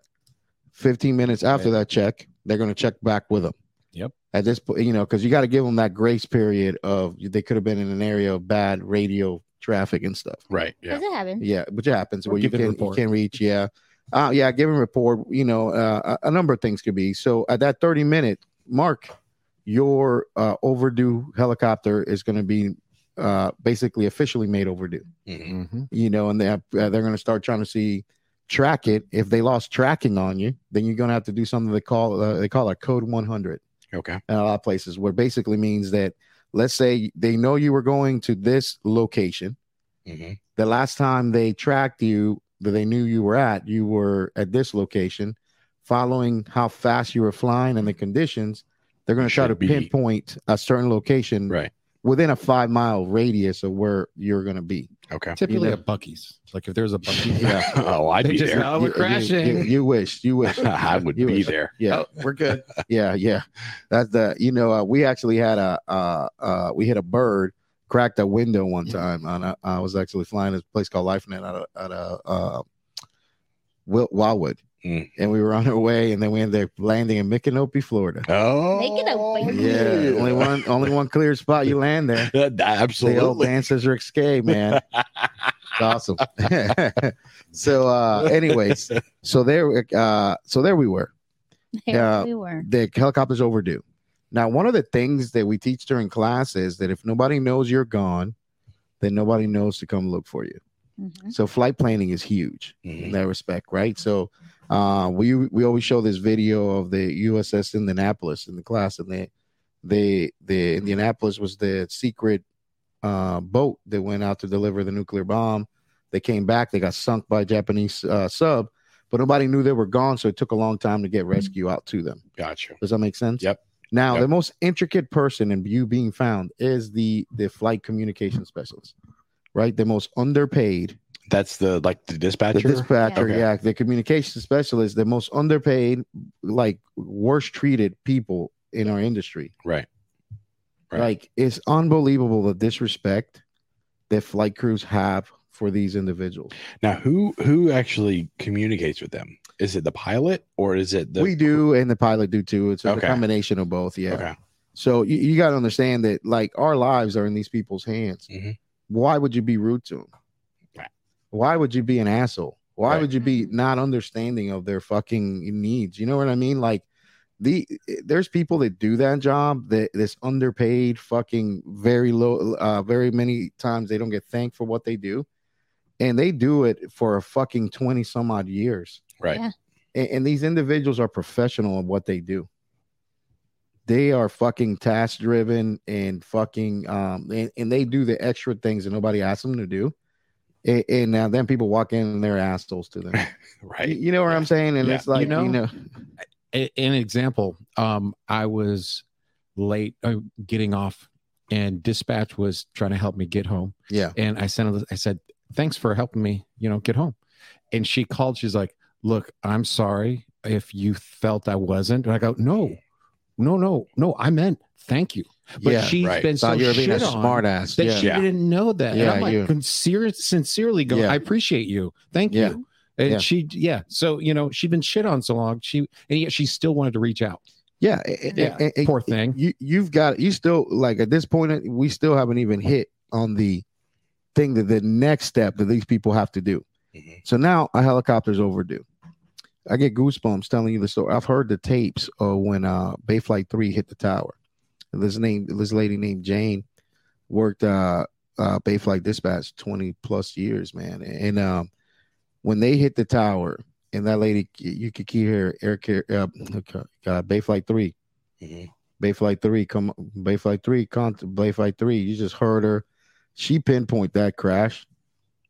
15 minutes after that check, they're going to check back with them.
Yep.
At this point, you know, because you got to give them that grace period of they could have been in an area of bad radio traffic and stuff.
Right. Yeah.
Does it happen?
Yeah, which happens
Or
where you
give it
can
a
you
report.
can reach. Yeah, uh, yeah, give him report. You know, uh, a, a number of things could be. So at that thirty minute mark, your uh, overdue helicopter is going to be uh, basically officially made overdue.
Mhm.
Mm-hmm.
You know, and they have, uh, they're going to start trying to see track it. If they lost tracking on you, then you're going to have to do something they call uh, they call a code one hundred
Okay.
in a lot of places, where basically means that let's say they know you were going to this location
hmm
the last time they tracked you that they knew you were at, you were at this location. Following how fast you were flying and the conditions, they're going
You
to try
should
to
be.
pinpoint a certain location
Right.
within a five mile radius of where you're going to be. [laughs]
Okay.
Typically
know.
at Bucky's. Like if there's a Bucky's,
Yeah.
oh, I'd
[laughs] They
be
just
there.
know we're
You- you-
crashing.
You, you wish. You wish.
[laughs] I
[laughs]
would
You
be
wish.
there.
Yeah.
we're good.
[laughs] yeah, yeah. That's the you know uh, we actually had a uh, uh, we hit a bird cracked a window one time. On a, I was actually flying this place called LifeNet out of out of uh, Wil- Wildwood,
Mm.
and we were on our way, and then we ended up landing in Micanopy, Florida.
Oh,
Make it a
Yeah,
place.
only
[laughs]
one only one clear spot you land there. The old
Absolutely.
dancers are escape, man.
[laughs]
It's awesome. [laughs] so, uh, anyways, so there, uh, so there we were.
[laughs] There
Yeah.
we were.
the helicopter's overdue. Now, one of the things that we teach during class is that if nobody knows you're gone, then nobody knows to come look for you.
Mhm.
So flight planning is huge in
Mhm.
that respect, right? So uh, we we always show this video of the USS Indianapolis in the class, and the the the Indianapolis was the secret uh, boat that went out to deliver the nuclear bomb. They came back, they got sunk by a Japanese uh, sub, but nobody knew they were gone, so it took a long time to get rescue out to them.
Gotcha.
Does that make sense?
Yep.
Now,
Yep.
the most intricate person in you being found is the the flight communication specialist, right? The most underpaid,
That's the like the
the
dispatcher.
dispatcher,
Yeah. Okay.
yeah, the communication specialist, the most underpaid, like worst treated people in our industry.
right. Right.
Like it's unbelievable the disrespect that flight crews have for these individuals.
Now, who who actually communicates with them? Is it the pilot or is it the?
we do, and the pilot do too. It's a
Okay.
combination of both. Yeah.
Okay.
So you, you got to understand that like our lives are in these people's hands.
Mhm.
Why would you be rude to them?
Right.
Why would you be an asshole? Why
Right.
would you be not understanding of their fucking needs? You know what I mean? Like the there's people that do that job that that's underpaid, fucking very low, uh, very many times they don't get thanked for what they do, and they do it for a fucking twenty some odd years.
Right.
Yeah.
and, and these individuals are professional in what they do. They are fucking task driven and fucking um and, and they do the extra things that nobody asks them to do. And, and now then people walk in and they're assholes to them.
[laughs]
You-
Right.
You know what I'm saying? And
Yeah.
it's like
You know-
you know
a- an example um i was late uh, getting off and dispatch was trying to help me get home
yeah.
and i sent her i said thanks for helping me you know get home and she called she's like look i'm sorry if you felt i wasn't and i go no no no no i meant thank you but
yeah.
she's
right.
been so
Thought you were being a
shit on
smart ass.
that
Yeah.
she
Yeah.
didn't know that.
Yeah,
and I'm
you-
like, sincere, sincerely go,
Yeah.
I appreciate you. Thank
Yeah.
you. And
Yeah.
she, yeah. So, you know, she'd been shit on so long. She, and yet she still wanted to reach out.
Yeah. a- a-
Yeah.
a- a-
Poor thing.
you you've got you still like at this point we still haven't even hit on the thing that the next step that these people have to do.
Mhm.
So now a helicopter's overdue. I get goosebumps telling you the story. I've heard the tapes of when uh Bay Flight 3 hit the tower. This name this lady named Jane worked uh uh Bay Flight Dispatch 20 plus years, man. And um when they hit the tower and that lady you could hear air care uh, [laughs] uh Bay Flight 3
Mhm.
Bay Flight Three, come Bay Flight Three, con Bay Flight Three. You just heard her. She pinpoint that crash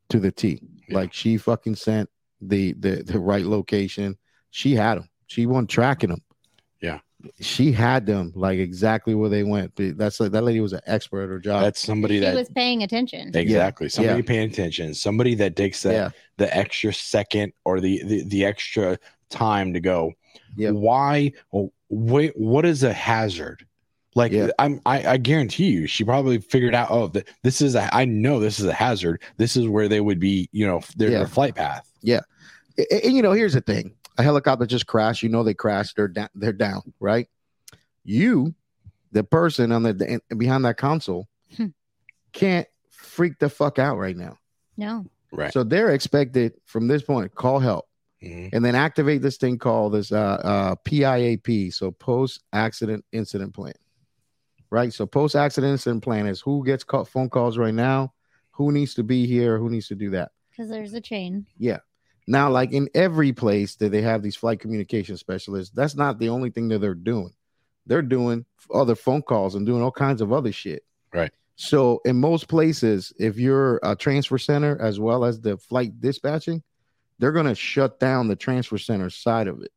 to the T.
Yeah.
Like she fucking sent the the the right location. She had them. She wasn't tracking them.
Yeah.
she had them like exactly where they went. That's like that lady was an expert at her job.
That's somebody
She
that
was paying attention.
exactly somebody
Yeah.
paying attention, somebody that takes that
yeah,
the extra second or the the, the extra time to go.
Yeah.
Why? Wait, what is a hazard? Like
Yeah.
I'm, I, I guarantee you, she probably figured out. Oh, th- this is a. I know this is a hazard. This is where they would be. You know, their,
Yeah.
their flight path.
A- a- and, you know, here's the thing: a helicopter just crashed. You know, they crashed. They're down. They're down. Right? You, the person on the behind that console,
Hmm.
can't freak the fuck out right now.
No.
Right.
So they're expected from this point call help
Mhm.
and then activate this thing called this uh, uh, PIAP, so post accident incident plan. Right. So post accident incident plan is who gets call- phone calls right now, who needs to be here, who needs to do that.
Because there's a chain.
Now, like in every place that they have these flight communication specialists, that's not the only thing that they're doing. They're doing other phone calls and doing all kinds of other shit.
Right.
So, in most places, if you're a transfer center as well as the flight dispatching, they're going to shut down the transfer center side of it.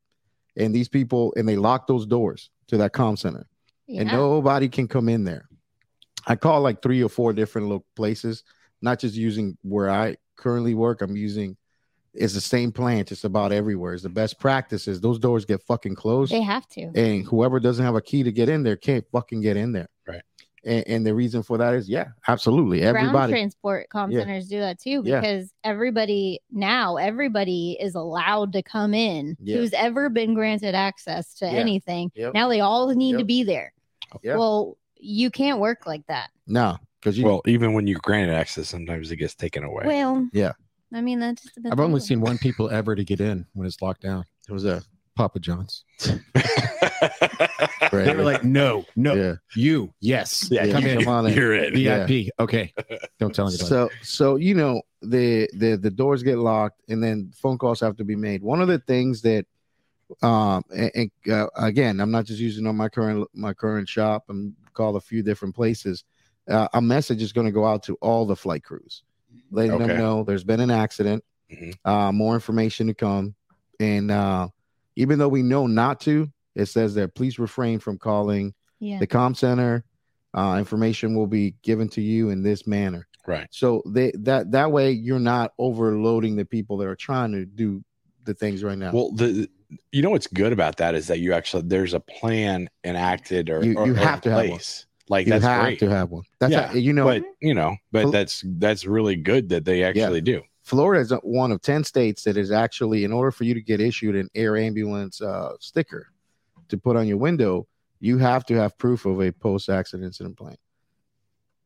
And these people, and they lock those doors to that comm center
Yeah.
and nobody can come in there. I call like three or four different lo- places, not just using where I currently work. I'm using it's the same plan just about everywhere. It's the best practices. Those doors get fucking closed,
they have to.
and whoever doesn't have a key to get in there can't fucking get in there.
Right.
And, and the reason for that is, yeah, absolutely,
Ground
everybody.
transport comm
Yeah.
centers do that too
Yeah.
because everybody now everybody is allowed to come in
Yeah.
who's ever been granted access to
Yeah.
anything.
Yep.
Now they all need to
Yep. Oh,
be there.
Yeah.
Well, you can't work like that.
No, because you.
Well, even when you grant access, sometimes it gets taken away.
Well,
Yeah.
I mean that just depends
I've
on
only
you.
seen one people ever to get in when it's locked down.
it was a
Papa John's.
[laughs]
great.
They were like, no, no,
yeah.
you, yes.
Yeah,
come
you
in. [laughs]
come on in.
You're in.
Yeah.
VIP. Okay. Don't tell anybody.
So so you know the the the doors get locked and then phone calls have to be made. One of the things that um and, and, uh, again I'm not just using on my current my current shop and call a few different places. Uh, a message is going to go out to all the flight crews, letting
Okay.
them know there's been an accident.
Mhm.
Uh, more information to come, and uh, even though we know not to, it says there please refrain from calling
yeah.
the com center. Uh, information will be given to you in this manner.
Right.
So they, that that way you're not overloading the people that are trying to do the things right now.
Well, the you know what's good about that is that you actually there's a plan enacted or
You-
or-
you
or
have to have one.
place. Like
you
that's
have
great.
to have one. That's
Yeah,
how- you know
but you know, but
Well-
that's that's really good that they actually do.
Florida is one of ten states that is actually in order for you to get issued an air ambulance uh, sticker to put on your window, you have to have proof of a post accident incident plan.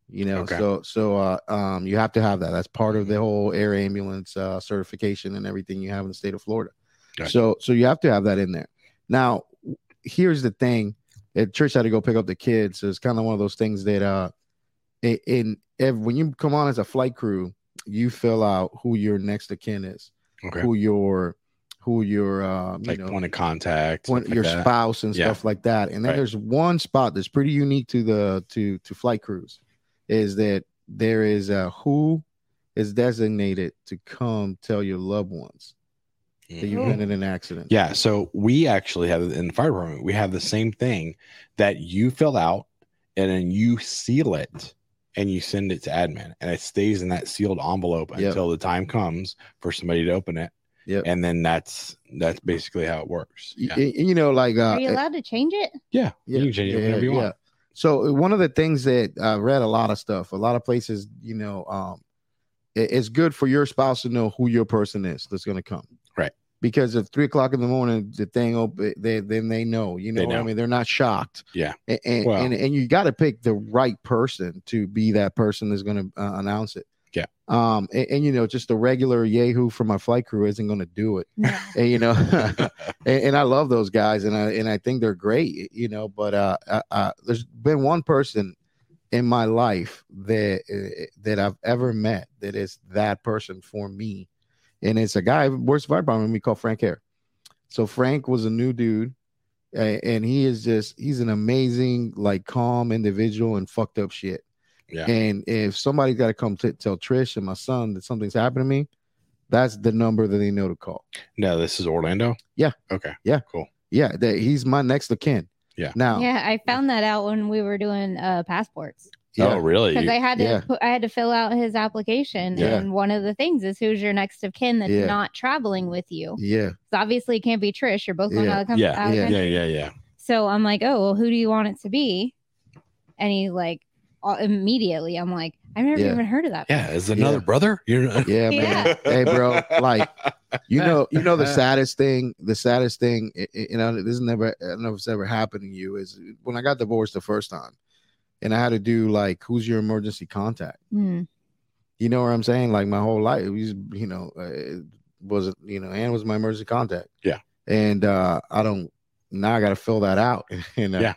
you know
Okay. Mm-hmm.
so so uh, um you have to have that that's part of the whole air ambulance uh, certification and everything you have in the state of florida
Gotcha.
so so you have to have that in there now w- here's the thing at church I had to go pick up the kids so it's kind of one of those things that uh i- in ev- when you come on as a flight crew you fill out who your next of kin is
Okay.
who your who your um you
Like
know
point of contact.
one,
stuff like
your
that.
spouse and
Yeah.
stuff like that. And then
Right.
there's one spot that's pretty unique to the to to flight crews, is that there is uh who is designated to come tell your loved ones that you've
Mhm.
Mm-hmm.
been in an accident.
Yeah. So we actually have in the fire department, we have the same thing that you fill out and then you seal it and you send it to admin and it stays in that sealed envelope
Yep.
until the time comes for somebody to open it.
Yep.
And then that's that's basically how it works.
Y- y- You know, like uh,
Are you allowed to change it?
Yeah.
Yeah,
You can change it whenever you want.
So uh, one of the things that I read a lot of stuff, a lot of places, you know, um, it- it's good for your spouse to know who your person is that's going to come.
Right.
Because if three o'clock in the morning the thing open, they, then they know. You know,
They
what I
know.
mean, they're not shocked.
Yeah.
A- And
Well-
and, and you got to pick the right person to be that person that's going to uh, announce it.
Yeah.
Um. And, and you know, just a regular yahoo from my flight crew isn't going to do it. [laughs]
No.
And, you
[laughs]
know. [laughs] and, and I love those guys, and I and I think they're great, you know. But uh, I, I, there's been one person in my life that uh, that I've ever met that is that person for me, and it's a guy who works fire department. We call Frank Hare. So Frank was a new dude, a- and he is just he's an amazing, like calm individual and fucked up shit.
Yeah.
And if somebody's got to come t- tell Trish and my son that something's happened to me, that's the number that they know to call.
no, this is Orlando.
Yeah.
Okay.
Yeah.
Cool.
Yeah, that he's my next of kin.
Yeah.
Now,
Yeah, I found that out when we were doing uh, passports
Oh, really?
because I had to
Yeah.
put, I had to fill out his application,
Yeah.
and one of the things is who's your next of kin that's
Yeah.
not traveling with you.
yeah,
So obviously, it can't be Trish. You're both going
Yeah.
out of com-
Yeah.
out of
Yeah.
country.
yeah, yeah, yeah.
So I'm like, oh, well, who do you want it to be? And he like all, immediately, I'm like, I've never
Yeah.
even heard of that.
Yeah. Is
Yeah.
another brother? You're
yeah, man. Hey, bro,
[laughs]
like, You know, you know the saddest thing. The saddest thing, i- i- you know, this is never, I don't know if it's ever happened to you, is when I got divorced the first time, and I had to do like, who's your emergency contact?
Mm.
You know what I'm saying? Like my whole life, we just, you know, uh, was you know, Ann was my emergency contact.
Yeah.
And uh I don't now I got to fill that out. [laughs] And uh,
Yeah.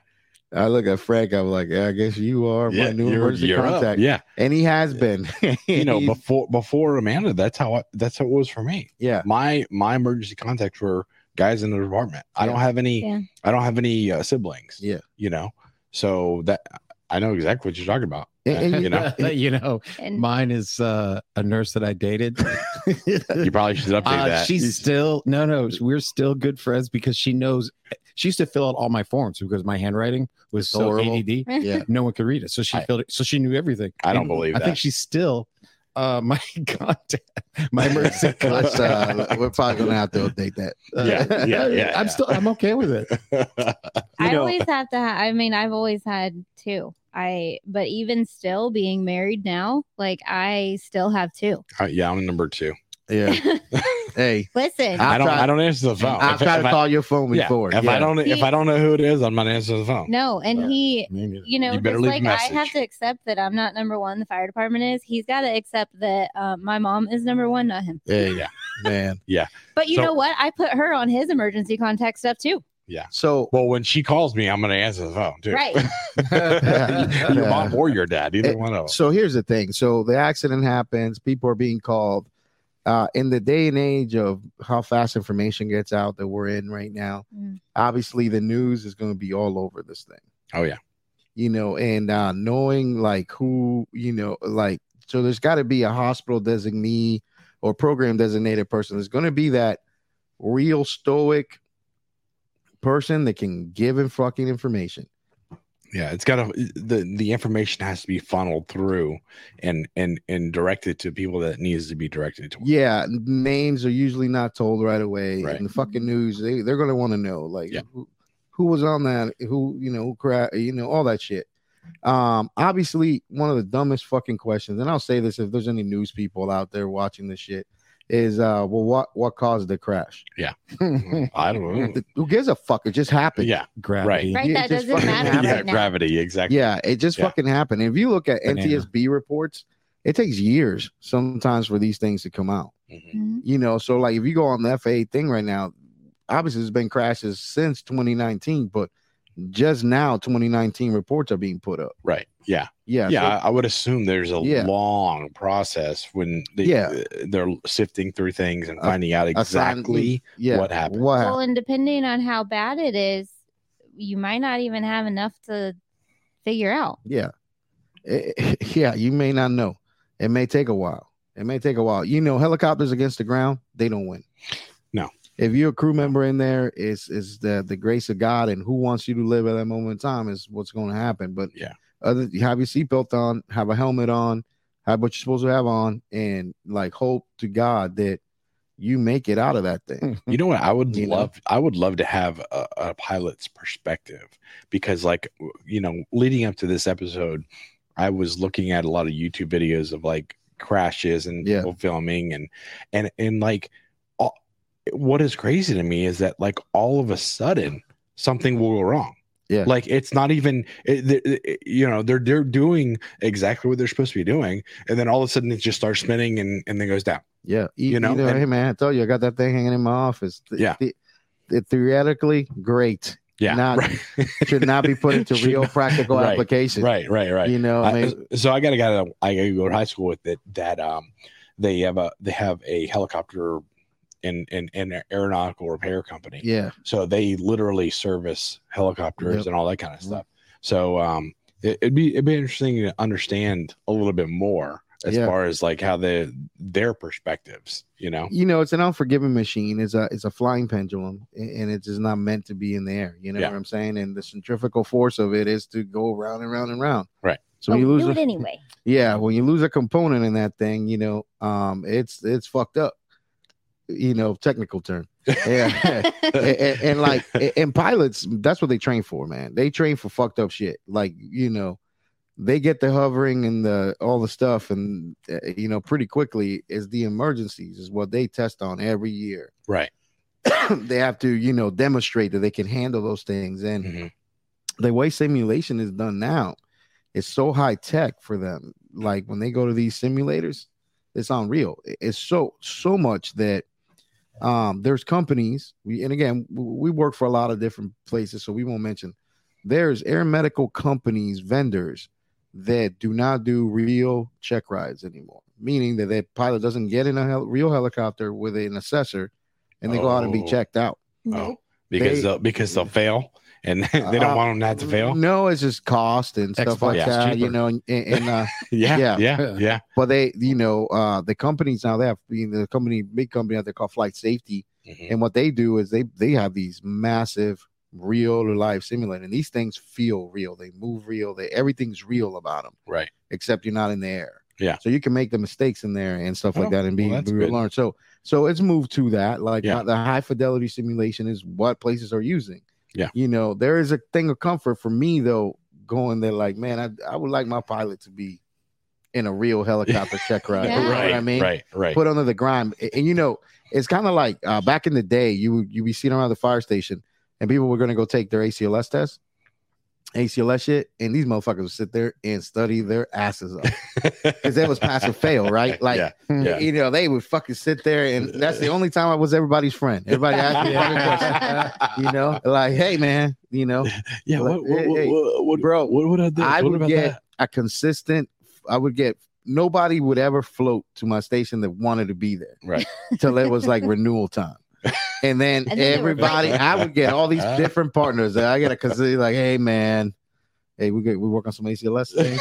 I look at Frank. I'm like, yeah, I guess you are my
yeah,
new
you're-
emergency
you're up.
contact.
Yeah.
and he has been. [laughs]
You know,
He's-
before before Amanda, that's how I, that's how it was for me.
yeah,
my my emergency contacts were guys in the department. I don't
Yeah.
have any.
Yeah.
I don't have any uh, siblings.
Yeah.
you know. So that I know exactly what you're talking about.
And- and-
you know,
[laughs] you know,
Hmm. And [laughs]
mine is uh, a nurse that
[laughs]
I dated.
you probably should update
Uh,
that.
She's
[laughs]
still no, no. We're still good friends because she knows. She used to fill out all my forms because my handwriting was so
Horrible.
ADD.
yeah.
No one could read it, so she
I-
filled it. So she knew everything.
I don't
And
believe
I
that.
think she's still uh, my [laughs] contact.
[laughs]
My emergency
Let's,
contact.
uh, we're probably gonna have to update that.
Yeah, yeah, yeah,
I'm
yeah.
still. I'm okay with it.
I
know-
always have to. Ha- I mean, I've always had two. I but even still being married now, like I still have two.
Uh, yeah, I'm number two.
[laughs] Yeah. Hey,
[laughs] Listen,
I've
I don't.
tried-
I don't answer the phone.
I've
If-
tried
if
to
I-
call your phone
yeah,
before.
If I don't, if I don't know who it is, I'm not answering the phone.
no, and he, you know,
You better
just
leave a
like I have
message.
to accept that I'm not number one. The fire department is. He's got to accept that uh, my mom is number one, not him.
Hey,
Yeah.
man.
But you
So-
know what? I put her on his emergency contact stuff too.
So
Well, when she calls me, I'm going to answer the phone too.
Right.
[laughs] your
Yeah.
mom or your dad, either
It-
one of them.
so here's the thing. So the accident happens. People are being called. Uh, in the day and age of how fast information gets out that we're in right now,
Mm.
obviously the news is going to be all over this thing.
oh yeah,
you know, and uh, knowing like who, you know, like so there's got to be a hospital designee or program designated person. There's going to be that real stoic person that can give in fucking information.
yeah. It's got to the the information has to be funneled through and and and directed to people that it needs to be directed to.
Yeah, n- names are usually not told right away.
Right.
In the fucking news, they they're going to want to know like
Yeah.
who, who was on that, who you know, who cra- you know, all that shit. Um, obviously, one of the dumbest fucking questions, and I'll say this if there's any news people out there watching this shit. is uh well what what caused the crash?
Yeah. I don't know.
Who gives a fuck? It just happened.
Yeah,
Gravity.
Right,
it
that
just fucking
doesn't matter
happened.
right
[laughs] yeah,
now.
gravity exactly.
Yeah, it just
Yeah.
fucking happened. If you look at
Banana.
NTSB reports, it takes years sometimes for these things to come out.
Mhm.
Mhm.
You know, so like if you go on the FAA thing right now, obviously there's been crashes since 2019, but just now 2019 reports are being put up.
Right. Yeah.
Yeah,
Yeah.
so-
I, I would assume there's a
Yeah.
long process when they, uh,
Yeah.
they're sifting through things and
A-
finding out
assigned-
exactly.
yeah,
what happened.
What
Well,
happened?
and depending on how bad it is, you might not even have enough to figure out.
Yeah. It- [laughs] yeah, you may not know. It may take a while. It may take a while. You know, helicopters against the ground, they don't win.
No.
If you're a crew member in there, it's is the the grace of God and who wants you to live at that moment in time is what's going to happen. But
Yeah.
other you have your seatbelt on, have a helmet on, have what you're supposed to have on, and like hope to God that you make it out of that thing.
You know what? I would
You know?
love. I would love to have a, a pilot's perspective because, like, you know, leading up to this episode, I was looking at a lot of YouTube videos of like crashes and
Yeah.
people filming and and and like, all, what is crazy to me is that like all of a sudden something will go wrong.
Yeah.
Like it's not even it, it- it- you know they're they're doing exactly what they're supposed to be doing, and then all of a sudden it just starts spinning and and then goes down.
Yeah, you,
You
you
know,
know,
and-
hey man, I told you I got that thing hanging in my office. Th-
Yeah.
th- th- theoretically, great.
Yeah, [laughs]
Not-
right,
Should not be
[laughs]
put into
Should
real
not-
practical
right,
application.
right, right, right.
You know, I
I- uh,
mean,
so I got a guy that I gotta go to high school with that that um they have a they have a helicopter in in, in an aeronautical repair company.
yeah,
So they literally service helicopters
Yep.
and all that kind of
Mhm.
stuff. So um it, would be it'd be interesting to understand a little bit more as
Yeah.
far as like how the their perspectives, you know.
you know, it's an unforgiving machine. It's a it's a flying pendulum, a- and it's just not meant to be in the air. You know
Yeah.
what I'm saying? And the centrifugal force of it is to go round and round and round.
Right.
So
but
when you
we
lose
Oh, do
a-
it anyway.
yeah when you lose a component in that thing you know um it's it's fucked up you know technical
[laughs]
term yeah and, and- and like and pilots that's what they train for man they train for fucked up shit like you know they get the hovering and the all the stuff and uh, you know pretty quickly is the emergencies is what they test on every year [coughs]
Right.
they have to you know demonstrate that they can handle those things and
Mhm.
the way simulation is done now it's so high tech for them like when they go to these simulators it's unreal I- it's so so much that um there's companies we and again w- we work for a lot of different places so we won't mention there's air medical companies vendors that do not do real check rides anymore meaning that the pilot doesn't get in a hel- real helicopter with an assessor and they go out and be
Oh.
checked out
Oh, because
They-
they, will because they'll fail and [laughs] they don't
Uh,
want them not to fail.
no it's just cost and stuff
Xbox
like
is
that you
cheaper.
know and, and and,
[laughs]
uh
Yeah. Yeah.
Yeah.
Yeah. Yeah.
But they, you know, uh, the companies now they have being the company, big company out there called Flight Safety,
Mhm.
and what they do is they they have these massive real to life simulator, and these things feel real. They move real. They everything's real about them,
Right.
except you're not in the air.
Yeah.
So you can make the mistakes in there and stuff
Oh,
like that, and be,
well, that's
be real
good.
learned. So so it's moved to that. Like uh,
Yeah.
the high fidelity simulation is what places are using.
Yeah.
You know, there is a thing of comfort for me though, going there. Like, man, I I would like my pilot to be in a real helicopter check
[laughs]
ride.
Yeah.
You know what
Right.
I mean,
Right. Right.
put under the grime. And, and you know, it's kind of like uh, back in the day, you would- you be sitting around the fire station, and people were going to go take their ACLS test, ACLS shit, and these motherfuckers would sit there and study their asses up because that was pass or fail,
[laughs]
right? Like. [laughs]
Yeah, yeah.
You know, they would fucking sit there, and that's the only time I was everybody's friend. Everybody asked me every question, [laughs] you know, like, hey, man, you know,
[laughs] Yeah,
Like,
what, what,
hey,
what,
hey,
what, what,
bro,
what would I do?
I
what
would
about
get
that?
a consistent, I would get nobody would ever float to my station that wanted to be there.
Right. [laughs]
till it was like renewal time. And then
And then they were
everybody,
fighting.
I would get all these
Uh-huh.
different partners that I gotta consider. Like, hey man, hey, we get, we work on some ACLS
[laughs]
things.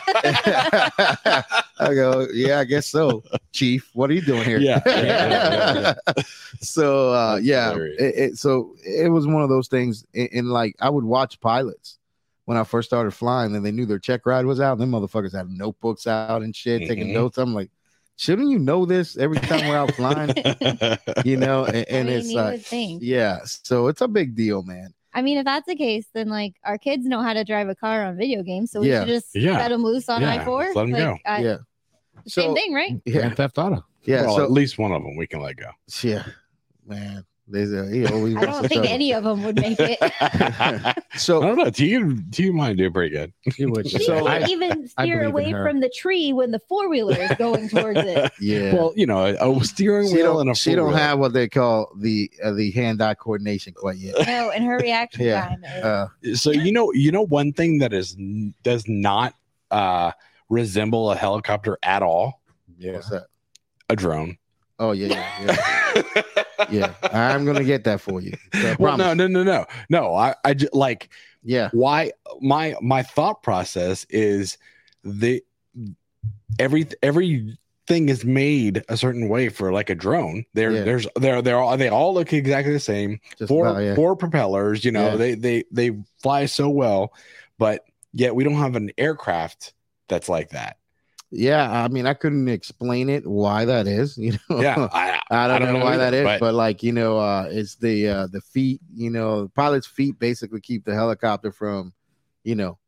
[laughs] I go, yeah, I guess so, Chief. What are you doing here?
Yeah, yeah, yeah,
[laughs] so uh,
That's
yeah,
hilarious.
it, it, so it was one of those things. And, and like, I would watch pilots when I first started flying, and they knew their check ride was out. And them motherfuckers had notebooks out and shit, taking
Mhm.
notes. I'm like, shouldn't you know this every time we're out
[laughs]
flying? you know, and,
I
and
mean,
it's
you
like,
would think.
yeah, so it's a big deal, man.
I mean, if that's the case, then like our kids know how to drive a car on video games, so we
Yeah.
should just
Yeah.
set them loose on
Yeah,
I four.
let 'em
like,
go.
I-
yeah,
Same
So- [laughs]
thing, right?
yeah,
Grand Theft Auto.
Yeah.
well,
so
at least one of them we can let go. [laughs]
yeah, man. There's a, he always
I
wants
don't
to
think
trouble.
any of them would make
[laughs]
it.
I
So
don't know. Do you do you mind doing pretty good?
You would.
She
So
can't
I,
even
I
steer
believe in
away
her.
from the tree when the four wheeler is going towards
[laughs]
it.
yeah.
Well, you know, a steering
she
wheel and a
don't, she don't
four-wheeler.
have what they call the uh, the hand eye coordination quite
[laughs]
yet.
No, and her reaction
Yeah.
time
Uh,
is
so you know you know one thing that is n- does not uh resemble a helicopter at all
yeah.
What's that?
a drone
Oh yeah, yeah, yeah.
[laughs]
yeah. I'm gonna get that for you. I
well
promise.
no no no no no i i ju- like
Yeah,
why my my thought process is the every everything is made a certain way for like a drone there
Yeah.
there's there they're all they all look exactly the same
just
four
about, yeah.
four propellers. You know,
Yeah.
they they they fly so well, but yet we don't have an aircraft that's like that.
[laughs] yeah. I mean, I couldn't explain it why that is. [laughs] You know.
Yeah, I,
I don't,
I don't
know,
know
why that
either,
is, but,
but-
like you know, uh, it's the uh, the feet. You know, pilot's feet basically keep the helicopter from, you know,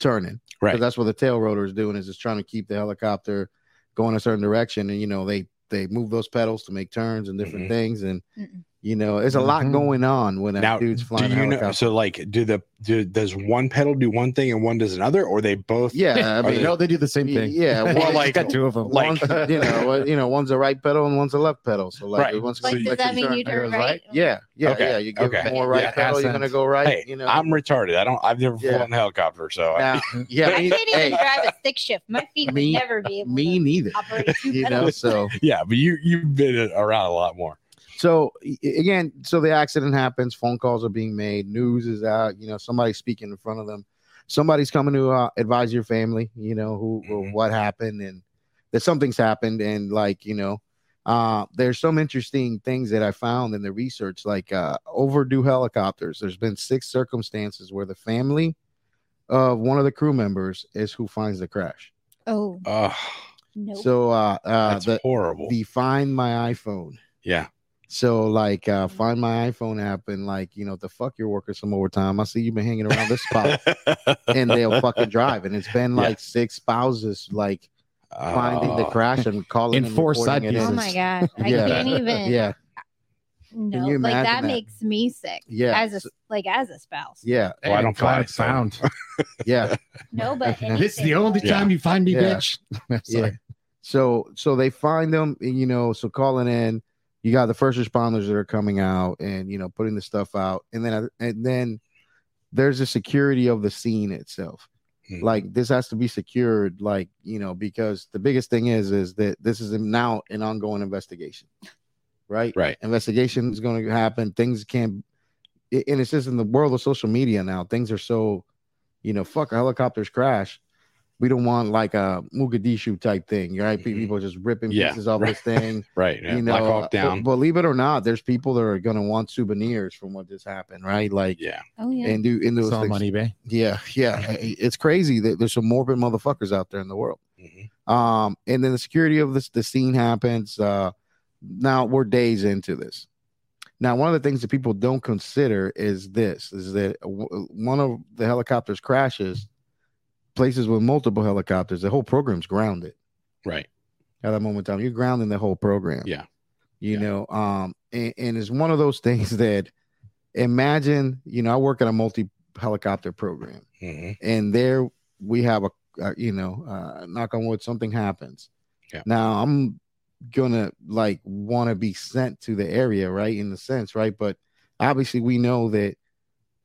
turning. 'Cause
Right.
That's what the tail rotor is doing is it's trying to keep the helicopter going a certain direction, and you know they they move those pedals to make turns and different
Mhm.
things, and
Mm-mm.
you know, there's a lot
Mhm.
going on when that
Mm-hmm. now
dude's
do
flying a
you know?
helicopter.
So like, do the do does one pedal do one thing and one does another, or they both?
yeah, I
[laughs] Are
mean,
no, they do the same
y-
thing.
yeah, [laughs]
Well,
well,
like-
like
got two of them.
like-
[laughs] you know, uh, you know, one's a right pedal and one's a left pedal. So like,
Right.
one's
Like, does
like
that
you
mean
turn-
you turn
goes
right?
right.
Yeah, yeah,
Okay,
yeah. You give
okay.
more right
Yeah,
pedal, you're
half
gonna go right.
Hey,
you know,
I'm retarded. I don't. I've never
Yeah.
flown a helicopter, so I,
Now, [laughs] yeah,
I
me,
can't even
hey,
drive a stick shift. My feet would
Me-
never be able
me
to
neither.
operate.
[laughs]
two
You know,
pedals.
so
yeah. But you you've been around a lot more.
so a- again, so the accident happens. Phone calls are being made. News is out. You know, somebody's speaking in front of them. Somebody's coming to uh, advise your family. You know who
Mhm.
what happened and that something's happened and like you know. Uh, there's some interesting things that I found in the research, like uh, overdue helicopters. There's been six circumstances where the family of one of the crew members is who finds the crash.
Oh
Oh,
no!
So uh, uh,
that's
the,
horrible.
the find my iphone
yeah.
so like uh find my iphone app and like you know the fuck you're working some overtime i see you've been hanging around this spot [laughs] and they'll
[laughs]
fucking drive and it's been
Yeah.
like six spouses like finding the
Oh,
crashes and calling
In
and
four
reporting
side
it in.
oh my gosh! I
Yeah.
can't even.
yeah
No,
you
like
imagine
that,
that?
makes me sick.
Yeah.
As a like as a spouse.
yeah
Well, I don't
glad
fly,
it's
so-
found.
[laughs]
yeah
No, but
This is
anything
the only
like-
Yeah.
time you find me,
Yeah.
bitch. [laughs]
yeah so so they find them and, you know so calling in you got the first responders that are coming out and you know putting the stuff out and then and then there's the security of the scene itself
Hmm.
like this has to be secured like you know because the biggest thing is is that this is now an ongoing investigation right
Right.
investigation is going to happen things can not and it's just in the world of social media now things are so you know fuck helicopters crash we don't want like a Mogadishu type thing, right?
Mhm.
People just ripping
Yeah,
pieces off
right.
this
[laughs]
thing,
Right. Yeah.
you know.
Black
uh,
Hawk down.
b- believe it or not, there's people that are gonna want souvenirs from what just happened, right? Like,
yeah.
Oh yeah.
and do and those
It's all
things.
on eBay.
Yeah, yeah. It's crazy that there's some morbid motherfuckers out there in the world.
Mhm.
Um, and then the security of this the scene happens. Uh now we're days into this. Now, one of the things that people don't consider is this is that w- one of the helicopters crashes places with multiple helicopters, the whole program's grounded
Right.
at that moment in time. You're grounding the whole program.
Yeah.
You
Yeah.
know, um, and, and it's one of those [laughs] things that imagine, you know, I work at a multi helicopter program
Mhm.
and there we have a, uh you know uh, knock on wood something happens
Yeah.
now i'm gonna like want to be sent to the area right in the sense right but obviously we know that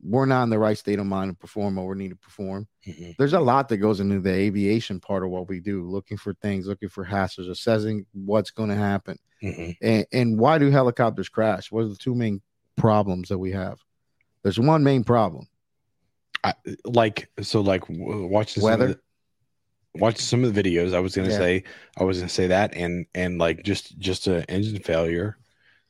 we're not in the right state of mind to perform what we need to perform
Mhm.
there's a lot that goes into the aviation part of what we do looking for things looking for hazards assessing what's going to happen
Mhm.
and, and why do helicopters crash what are the two main problems that we have there's one main problem
I, like so, like w- watch some of
Weather?
the- watch some of the videos. I was gonna
Yeah.
say, I was gonna say that, and and like just just a engine failure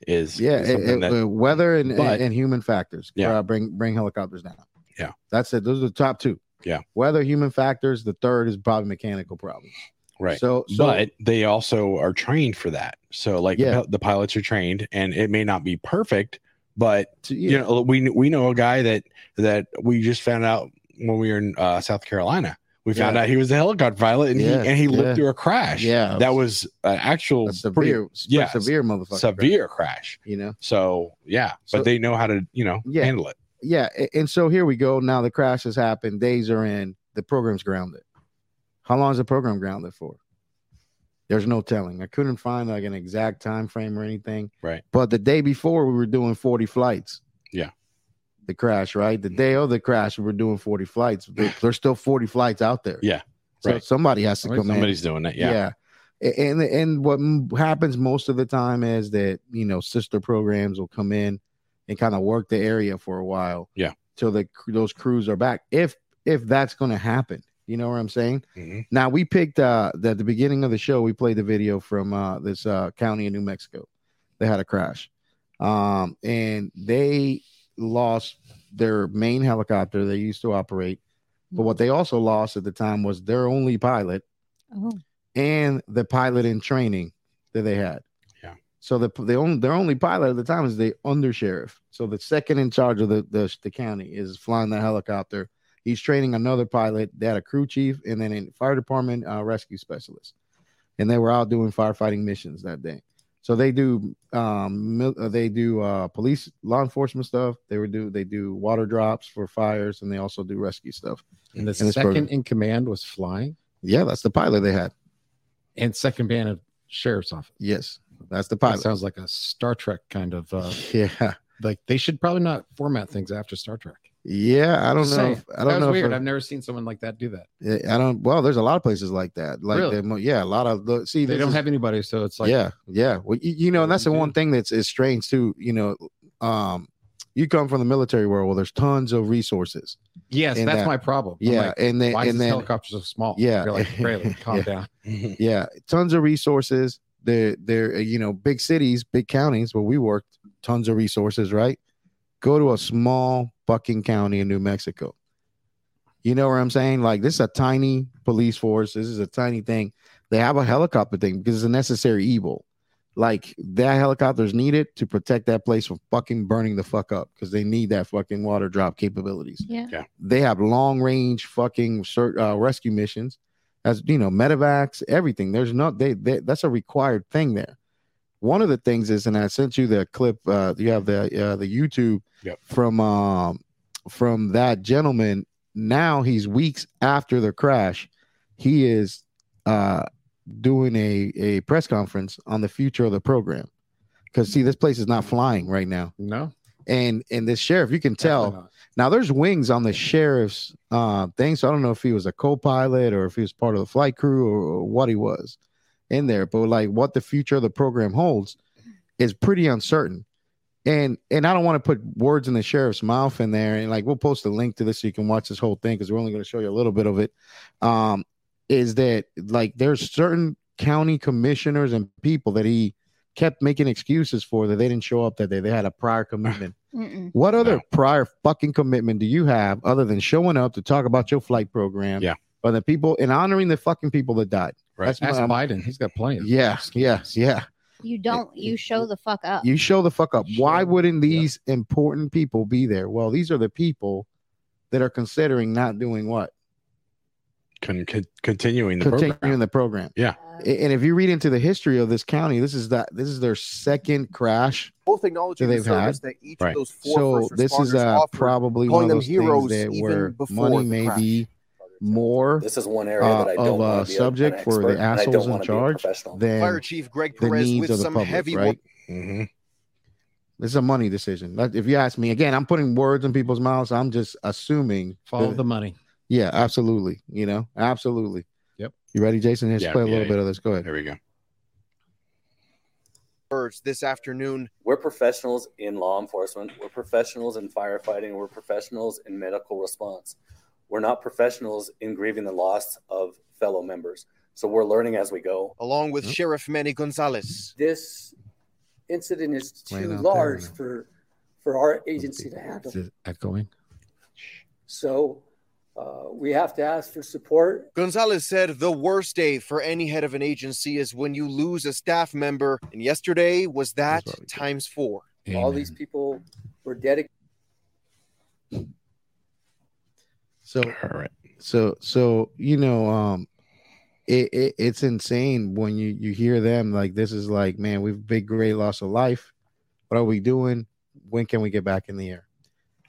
is
yeah
is
it-
something
it-
that-
uh, weather and,
but-
and, and human factors
Yeah.
uh, bring bring helicopters down
Yeah.
that's it those are the top two
Yeah.
weather human factors the third is probably mechanical problems
right.
so, so
but they also are trained for that. So like
Yeah.
the, pil- the pilots are trained, and it may not be perfect, but
so,
you know we we know a guy that that we just found out when we were in uh, South Carolina. We found
Yeah.
out he was a helicopter pilot, and
Yeah,
he and he lived
yeah.
through a crash.
Yeah.
that was an actual
A
pretty
severe,
yeah,
severe motherfucker.
severe crash.
You know?
So yeah,
So-
but they know how to you know
Yeah.
handle it.
Yeah. a- And so here we go. Now the crash has happened. Days are in. The program's grounded. How long is the program grounded for? There's no telling. I couldn't find like an exact time frame or anything.
Right.
But the day before we were doing 40 flights.
Yeah.
The crash, right? The day of the crash, we were doing 40 flights. There- There's still 40 flights out there.
Yeah,
So
right.
somebody has to
Right,
come in.
Somebody's doing it. Yeah.
A- And and what m- happens most of the time is that you know sister programs will come in and kind of work the area for a while.
Yeah.
Till the cr- those crews are back. If if that's going to happen, you know what I'm saying.
Mhm.
Now we picked uh the- at the beginning of the show we played the video from uh this uh county in New Mexico. They had a crash. Um and they lost their main helicopter they used to operate. But what they also lost at the time was their only pilot
Oh,
and the pilot in training that they had.
Yeah.
So the the only their only pilot at the time is the undersheriff. So the second in charge of the the, the county is flying the helicopter. He's training another pilot. They had a crew chief and then a fire department uh, rescue specialist, and they were out doing firefighting missions that day. So they do um mil- uh, they do uh police law enforcement stuff. They were do they do water drops for fires and they also do rescue stuff.
And the
this
second
program.
in command was flying,
Yeah, that's the pilot they had.
and second band of sheriff's office.
Yes, that's the
That
pilot.
sounds like a Star Trek kind of uh,
[laughs] yeah.
like they should probably not format things after Star Trek.
Yeah, I don't
Just
know.
saying.
If, I
That
don't
was
know.
weird.
If
I've never seen someone like that do that.
I, I don't. Well, there's a lot of places like that. Like,
Really?
the mo- yeah, a lot of. the- See,
They
this
don't
is-
have anybody, so it's like Mm-hmm.
yeah, yeah. Well, you, you know, and that's the one thing that's is strange too. You know, um, you come from the military world where there's tons of resources.
yes,
And
that's
that-
my problem. I'm
Yeah,
like,
and then
why is
and
this
then
helicopter so small?
Yeah.
you're
[laughs]
like, really, calm
Yeah.
down.
Mhm.
[laughs] yeah, tons of resources. They're they're uh, you know big cities, big counties where we worked. Tons of resources, right? Go to a small fucking county in New Mexico. You know what I'm saying? Like this is a tiny police force. This is a tiny thing. They have a helicopter thing because it's a necessary evil. Like that helicopter is needed to protect that place from fucking burning the fuck up because they need that fucking water drop capabilities
yeah.
they have long range fucking search, uh, rescue missions as you know medevacs everything there's no they, they that's a required thing there one of the things is and i sent you the clip uh you have the uh, the youtube
Yep.
from um from that gentleman now he's weeks after the crash he is uh doing a a press conference on the future of the program because see this place is not flying right now
No,
and and this sheriff you can tell
definitely not.
now there's wings on the sheriff's uh, thing, so I don't know if he was a co-pilot or if he was part of the flight crew or, or what he was in there. But like what the future of the program holds is pretty uncertain. And and I don't want to put words in the sheriff's mouth in there. And like we'll post a link to this so you can watch this whole thing because we're only going to show you a little bit of it. Um, is that like there's certain county commissioners and people that he kept making excuses for that they didn't show up that day. They had a prior commitment.
Mm-mm.
What other
No.
prior fucking commitment do you have other than showing up to talk about your flight program?
Yeah.
But the people and honoring the fucking people that died.
Right.
That's
Ask
my,
Biden. He's got plenty. Of
yeah, yeah, yeah.
You don't. You show the fuck up.
You show the fuck up. Why
Sure.
wouldn't these important people be there? Well, these are the people that are considering not doing what?
Con- con- continuing the
Continuing
program.
the program.
Uh,
A- And if you read into the history of this county, this is that this is their second crash.
both acknowledging
So
the
they've
service that each
Right.
of those four
So
first
this is
responders
uh,
offered.
probably one
calling
of
them
those things
heroes
that
even
where
before
money
the
may
crash.
be more
This is one area
uh,
that I
of
don't
a
want to be
subject
an
for the
expert, and I
assholes
don't
in
wanna be a
charge
professional.
than
Fire Chief Greg
the
Perez
needs
with
of the
some
public,
heavy
right?
Mhm.
This is a money decision. Like, If you ask me again, I'm putting words in people's mouths. I'm just assuming.
follow
that-
the money.
Yeah, absolutely. You know, absolutely.
Yep.
You ready, Jason? Let's
Yeah,
play a
yeah,
little
yeah.
bit of this. Go ahead.
There we go.
words this afternoon.
We're professionals in law enforcement. We're professionals in firefighting. We're professionals in medical response. We're not professionals in grieving the loss of fellow members. So we're learning as we go.
along with
Yep.
Sheriff Manny Gonzalez.
this incident is
Laying
too
out there
large
now.
for for our agency to handle.
Is it echoing?
So uh, we have to ask for support.
Gonzalez said the worst day for any head of an agency is when you lose a staff member, and yesterday was
That's
that
what we did.
times four.
All
Amen.
these people were dedicated.
So,
All right.
So so you know, um, it, it it's insane when you you hear them like this is like man, we've big great loss of life. What are we doing? When can we get back in the air?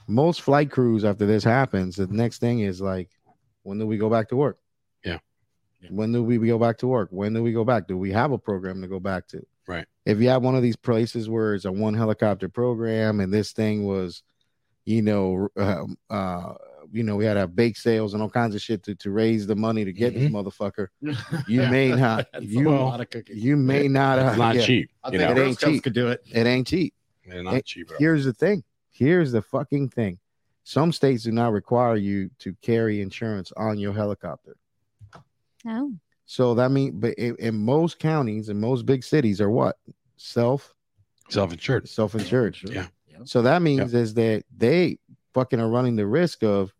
Most flight crews after this happens, the next thing is like, when do we go back to work?
Yeah.
Yeah. When do we go back to work? When do we go back? Do we have a program to go back to?
Right.
If you have one of these places where it's a one helicopter program and this thing was, you know, um, uh, you know, we had to have bake sales and all kinds of shit to, to raise the money to get this
Mm-hmm.
motherfucker. You
[laughs]
may not,
That's
you,
a lot of cooking.
you may not,
It's
have,
not
yeah,
cheap.
I
You
think
know,
it ain't
Girl Scouts
cheap.
could do it.
it ain't cheap.
they're not cheap. at all.
Here's the thing. Here's the fucking thing. Some states do not require you to carry insurance on your helicopter.
No.
So that means, but in, in most counties, in most big cities, are what self
Self-insured.
self insured.
Yeah.
So that means is that they fucking are running the risk of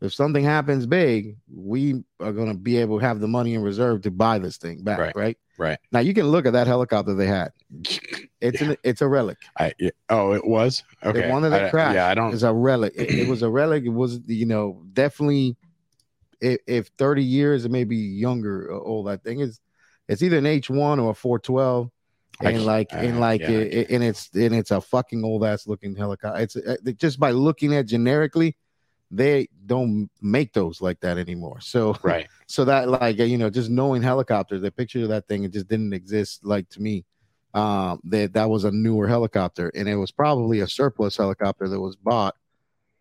if something happens big, we are gonna be able to have the money in reserve to buy this thing back,
Right.
right?
Right.
Now you can look at that helicopter they had. It's an it's a relic.
I, yeah. Oh, it was okay.
The one that
I-
crashed.
Yeah, I don't.
It's a relic. It, it was a relic. It was you know definitely. If, if thirty years, it may be younger or old. I think it's it's either an H one or a four twelve,
I
and
can't-
like and
uh,
like
yeah, I
it, it- and it's and it's a fucking old ass looking helicopter. It's uh, just by looking at generically, they don't make those like that anymore. So
Right.
so that like you know just knowing helicopters the picture of that thing it just didn't exist like to me um that that was a newer helicopter and it was probably a surplus helicopter that was bought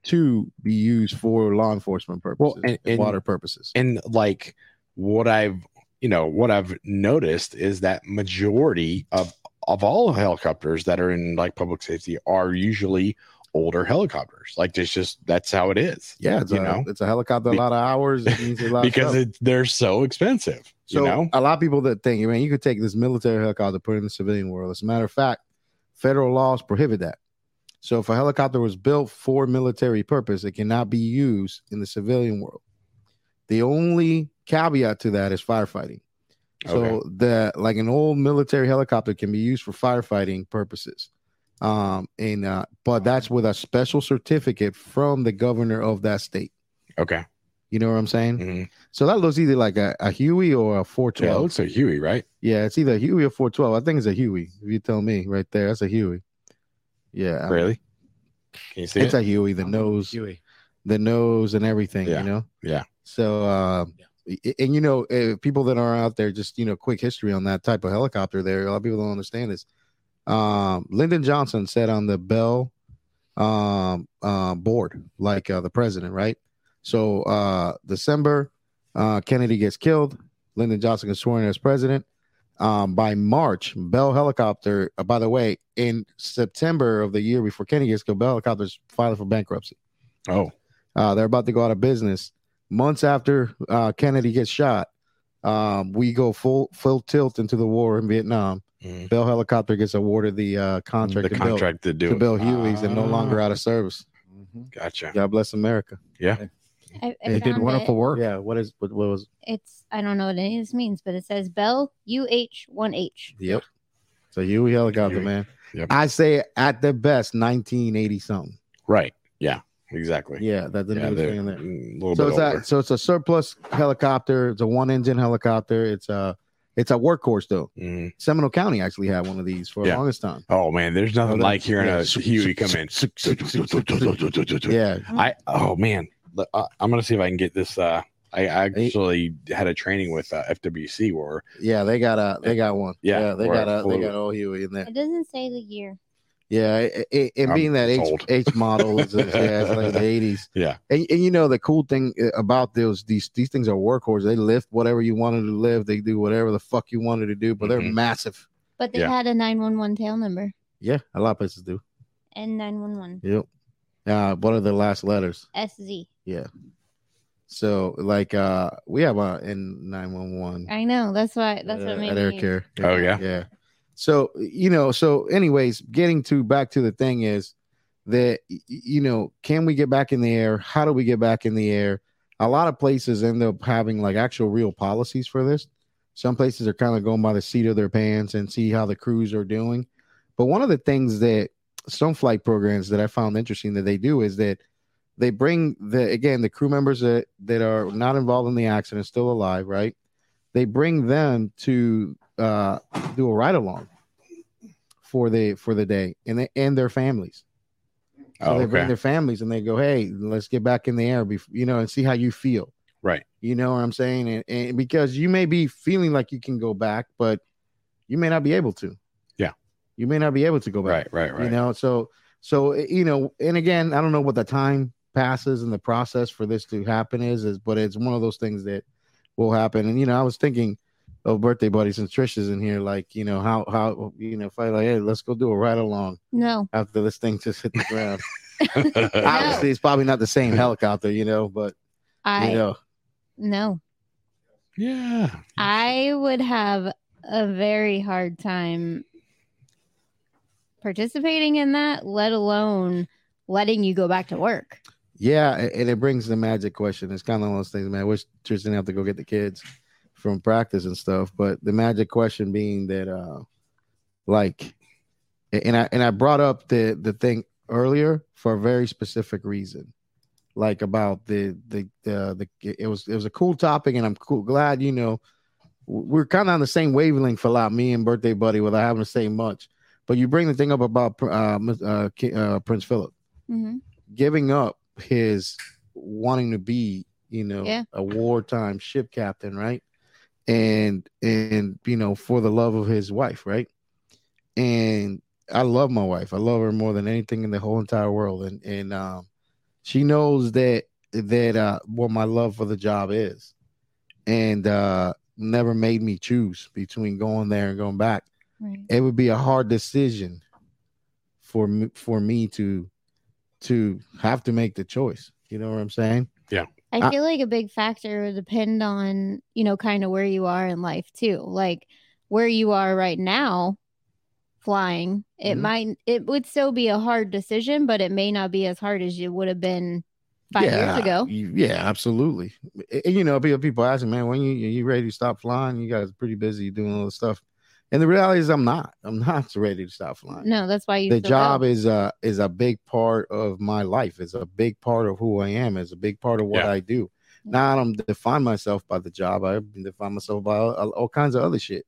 to be used for law enforcement purposes
and-
and
and-
water purposes
and like what i've you know what i've noticed is that majority of of all helicopters that are in like public safety are usually older helicopters like it's just that's how it is
yeah it's,
you
a,
know.
it's a helicopter a lot of hours it means a lot of
[laughs] because
stuff.
it, they're so expensive
So
you know
a lot of people that think, man, you could take this military helicopter, put it in the civilian world. As a matter of fact, federal laws prohibit that. So if a helicopter was built for military purpose, it cannot be used in the civilian world. The only caveat to that is firefighting. So
Okay.
the like an old military helicopter can be used for firefighting purposes. Um, and uh, but that's with a special certificate from the governor of that state.
okay
You know what I'm saying?
hmm
So that looks either like a, a Huey or a
yeah it
412.
looks like huey right
Yeah, it's either a Huey or 412. I think it's a Huey. If you tell me right there, that's a Huey. Yeah,
really can you see
it's
it
a Huey. The nose,
Huey.
the nose, and everything.
Yeah,
You know.
yeah.
So, uh, i- and you know, uh, people that are out there, just you know, quick history on that type of helicopter. There, a lot of people don't understand this. Um, Lyndon Johnson said on the Bell um, uh, board, like uh, the president, right? So, uh, December, uh, Kennedy gets killed. Lyndon Johnson gets sworn in as president. Um, by March, Bell helicopter. Uh, by the way, in September of the year before Kennedy gets killed, Bell helicopters filing for bankruptcy.
oh
Uh, they're about to go out of business. Months after uh, Kennedy gets shot, um, we go full full tilt into the war in Vietnam.
mhm.
Bell helicopter gets awarded the uh, contract,
the
to, build,
contract to do
to
it. Ah, Mm-hmm.
Bill Huey's and no longer out of service.
gotcha
God bless America.
I, I
They did
found
wonderful
it.
work.
Yeah. What is what, what was?
It's I don't know what any of this means, but it says Bell UH1H.
Yep. So Huey helicopter,
Huey.
man.
Yep.
I say at the best 1980 something.
right yeah exactly
Yeah, that's the
yeah,
newest
they're
thing in there.
mm, a little
so
bit
it's
older.
a, so it's a surplus helicopter. It's a one engine helicopter. It's a it's a workhorse though.
Mhm.
Seminole County actually had one of these for
Yeah.
the longest
[laughs]
time.
oh man there's nothing
Oh,
like hearing
yeah. [laughs]
a huey come in
Yeah,
I oh man, But, uh, I'm gonna see if I can get this. Uh, I actually had a training with uh, FWC where
yeah, they got a they got one.
Yeah,
they
or
got a they
flew.
got old Huey in there.
It doesn't say the year.
Yeah, it, it, and
I'm
being that H,
old.
H model is is- yeah, it's like
[laughs]
the eighties.
Yeah.
and, and you know the cool thing uh, about those these these things are workhorse. They lift whatever you wanted to lift. They do whatever the fuck you wanted to do, but they're
Mhm.
massive.
But they
Yeah.
had a 911 tail number
Yeah, a lot of places do.
and 911
Yep. Uh, what are the last letters?
SZ.
So like uh we have a in nine one one
I know. That's why. That's what made
at
me.
AirCare.
Oh, yeah?
yeah. So you know, so anyways, getting to back to the thing is that y- you know, can we get back in the air? How do we get back in the air? A lot of places end up having like actual real policies for this. Some places are kind of going by the seat of their pants and see how the crews are doing. But one of the things that some flight programs that I found interesting that they do is that they bring the again the crew members that that are not involved in the accident still alive right they bring them to uh do a ride along for the for the day and they and their families so
Oh,
they bring
okay.
their families and they go hey let's get back in the air bef- you know and see how you feel
Right.
you know what i'm saying and, and because you may be feeling like you can go back but you may not be able to
Yeah.
you may not be able to go back
Right. Right. Right. [laughs]
you know so so eh, you know and again i don't know what the time passes and the process for this to happen is is but it's one of those things that will happen and you know i was thinking of birthday buddies since trish is in here like you know how how you know if i like hey let's go do a ride along
No.
after this thing just hit the ground obviously it's probably not the same helicopter you know but
I
you know
no.
yeah.
I would have a very hard time participating in that, let alone letting you go back to work.
yeah a- and it brings the magic question it's kind of one of those things man i wish trish didn't have to go get the kids from practice and stuff but the magic question being that uh like and i and i brought up the the thing earlier for a very specific reason like about the the the, the it was it was a cool topic and i'm cool glad you know we're kind of on the same wavelength for a lot me and birthday buddy without having to say much but you bring the thing up about uh, uh, Ki- uh prince philip
Mm-hmm.
giving up his wanting to be, you know,
Yeah.
a wartime ship captain, right? And and you know, for the love of his wife, right? And I love my wife. I love her more than anything in the whole entire world. And and um she knows that that uh what my love for the job is. And uh never made me choose between going there and going back
Right.
it would be a hard decision for me, for me to to have to make the choice. You know what I'm saying?
I feel like a big factor would depend on, you know, kind of where you are in life too. Like where you are right now flying, it
Mhm.
might it would still be a hard decision, but it may not be as hard as it would have been five years ago.
you- yeah, absolutely. And, you know, people people ask me, man, when you you ready to stop flying? You guys are pretty busy doing all this stuff. And the reality is, I'm not. I'm not [laughs] ready to stop flying.
No, that's why you
the
still
job
go.
is a is a big part of my life. It's a big part of who I am. It's a big part of what
Yeah.
I do. Now I don't define myself by the job. I define myself by all, all kinds of other shit.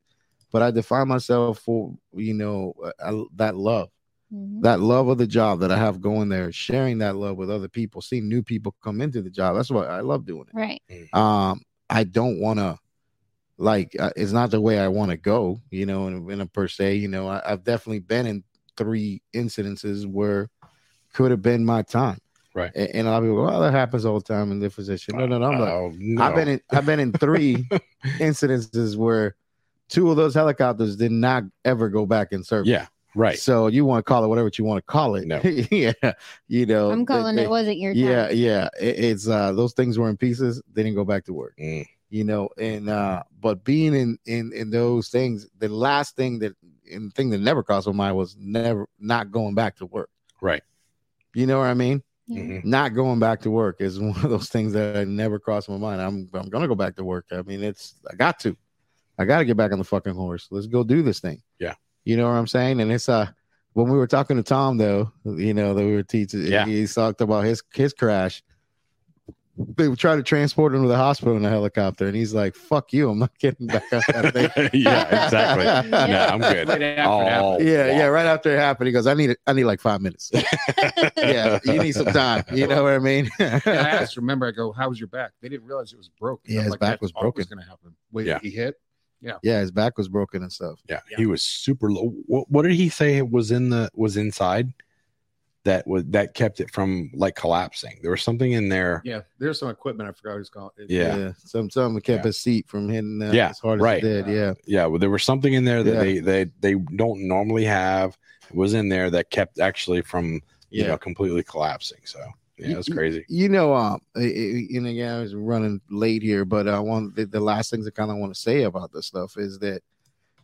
But I define myself for you know uh, I, that love,
Mhm.
that love of the job that I have going there, sharing that love with other people, seeing new people come into the job. That's what I love doing. It.
Right.
Um, I don't want to like uh, it's not the way I want to go, you know, in, in a per se, you know, I, I've definitely been in three incidences where could have been my time.
Right.
A- And, I'll be like, well, that happens all the time in different position. No, no, no. I'm like,
Oh, no.
I've been in I've been in
[laughs]
three incidences where two of those helicopters did not ever go back in service.
[laughs] Yeah. Right.
So you want to call it whatever you want to call it.
No.
[laughs] yeah. You know,
I'm
they-
calling
they-
it wasn't your time.
yeah yeah It- it's uh those things were in pieces they didn't go back to work
Mm.
you know and uh but being in in in those things the last thing that and thing that never crossed my mind was never not going back to work
Right.
you know what i mean [laughs]
Yeah.
Mhm.
not going back to work is [laughs] one of those things that never crossed my mind i'm i'm gonna go back to work i mean it's i got to i gotta get back on the fucking horse let's go do this thing
Yeah.
you know what i'm saying and it's uh when we were talking to Tom, though, you know that we were teaching,
Yeah.
he talked about his his crash. They would try to transport him to the hospital in a helicopter, and he's like, "Fuck you, I'm not getting back on that thing."
[laughs] yeah.
[laughs]
Exactly. No, I'm good.
Right after it
Oh,
happened.
yeah, yeah.
wow.
Right after it happened, he goes, "I need I need like five
[laughs]
minutes. [laughs] yeah, you need some time. You know what I mean?" [laughs]
And I asked, remember, I go, how was your back? They didn't realize it was broken.
Yeah,
I'm
his back was
always
broken.
gonna happen. Wait,
Yeah.
he hit?
yeah, his back was broken and stuff.
Yeah, he was super low. What, what did he say was in the was inside that was that kept it from like collapsing? There was something in there.
Yeah. There's some equipment I forgot what it's called. It-
Yeah,
some some kept his seat from hitting uh,
Yeah,
as hard
right.
as it did. Yeah,
yeah. Well, there was something in there that
Yeah.
they they they don't normally have. It was in there that kept actually from you
Yeah. Mm-hmm.
know completely collapsing. So yeah, that's
You-
crazy.
you know, um, i- i- and again, I was running late here, but I want the, the last things I kind of want to say about this stuff is that,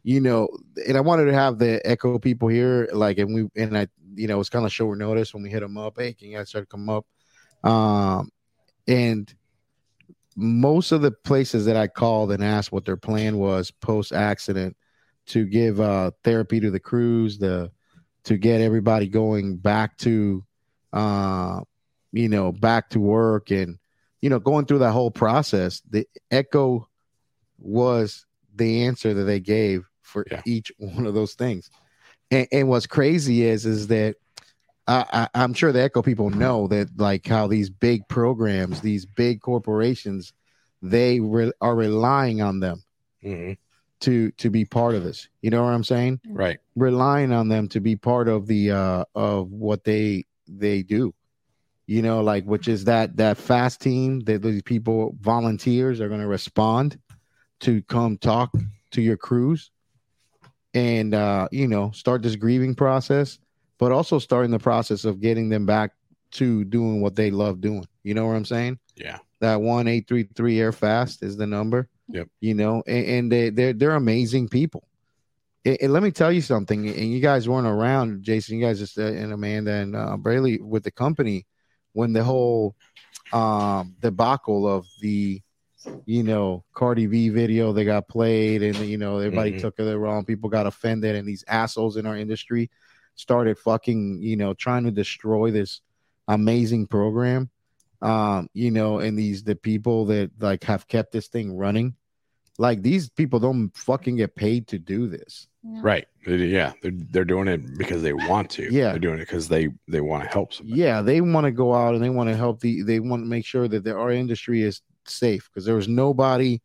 you know, and I wanted to have the Echo people here, like, and we, and I, you know, it's kind of short notice when we hit them up. Hey, can you guys try to come up? Um, and most of the places that I called and asked what their plan was post accident to give uh therapy to the crews, the to get everybody going back to uh you know, back to work and, you know, going through that whole process, the echo was the answer that they gave for
Yeah.
each [laughs] one of those things. And, and what's crazy is, is that I, I, I'm sure the echo people know that like how these big programs, these big corporations, they re- are relying on them
Mhm.
to to be part of this. You know what I'm saying?
Right.
relying on them to be part of the uh of what they they do you know like which is that that fast team that these people volunteers are going to respond to come talk to your crews and uh you know start this grieving process but also starting the process of getting them back to doing what they love doing you know what i'm saying
Yeah.
that one eight three three air fast is the number.
Yep.
You know, and, and they they're they're amazing people. And, and let me tell you something. And you guys weren't around, Jason. You guys just uh, and Amanda and uh, Braley with the company when the whole um debacle of the you know Cardi B video they got played and you know everybody
Mhm.
took it wrong. People got offended, and these assholes in our industry started fucking you know trying to destroy this amazing program um you know and these the people that like have kept this thing running like these people don't fucking get paid to do this
Right. They do- Yeah. They're, they're doing it because they want to.
Yeah.
They're doing it because they they want to help somebody.
yeah they want to go out and they want to help the they want to make sure that their, our industry is safe because there was nobody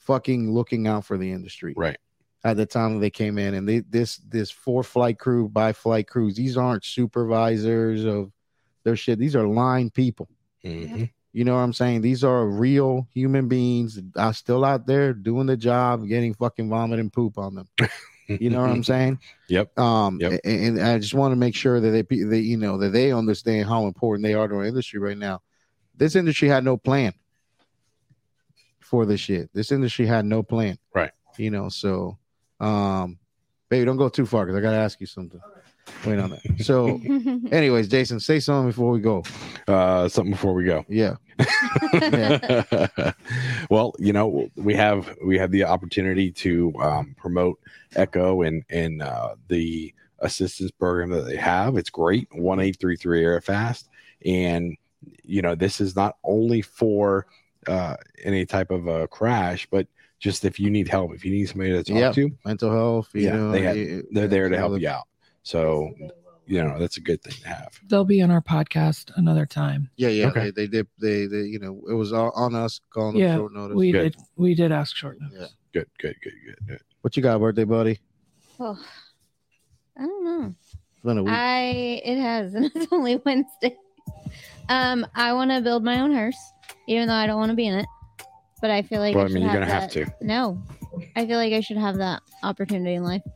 fucking looking out for the industry
Right.
at the time that they came in and they this this four flight crew by flight crews these aren't supervisors of their shit these are line people
Mhm.
You know what I'm saying? These are real human beings that are still out there doing the job, getting fucking vomit and poop on them. You know what I'm saying?
[laughs] Yep.
Um,
Yep.
a- and, I just want to make sure that they, pe- that you know, that they understand how important they are to our industry right now. This industry had no plan for this shit. This industry had no plan.
Right.
You know, so, um, baby, don't go too far because I got to ask you something. Wait on
[laughs]
that. So,
[laughs]
anyways, Jason, say something before we go.
Uh, something before we go.
Yeah.
[laughs] well, you know, we have we have the opportunity to um, promote Echo and and uh, the assistance program that they have. It's great. One eight three three air fast, and you know, this is not only for uh, any type of a crash, but just if you need help, if you need somebody to talk
Yeah.
to,
mental health. You
Yeah,
know,
they have-
it-
they're there to
all
help
the-
you out. So, you know, that's a good thing to have.
They'll be on our podcast another time.
Yeah, yeah.
Okay.
They, they did. They, they, you know, it was all on us calling
Yeah,
them short notice.
We
good.
did. We did ask short notice.
Yeah.
Good, good, good, good. good.
what you got, birthday buddy?
[laughs] Oh, I don't know.
It's been a week.
I it has, [laughs] and it's only Wednesday. Um, I want to build my own hearse, even though I don't want to be in it. But I feel like
Well,
I
I mean,
should
you're gonna
that.
have to.
No, I feel like I should have that opportunity in life. [laughs]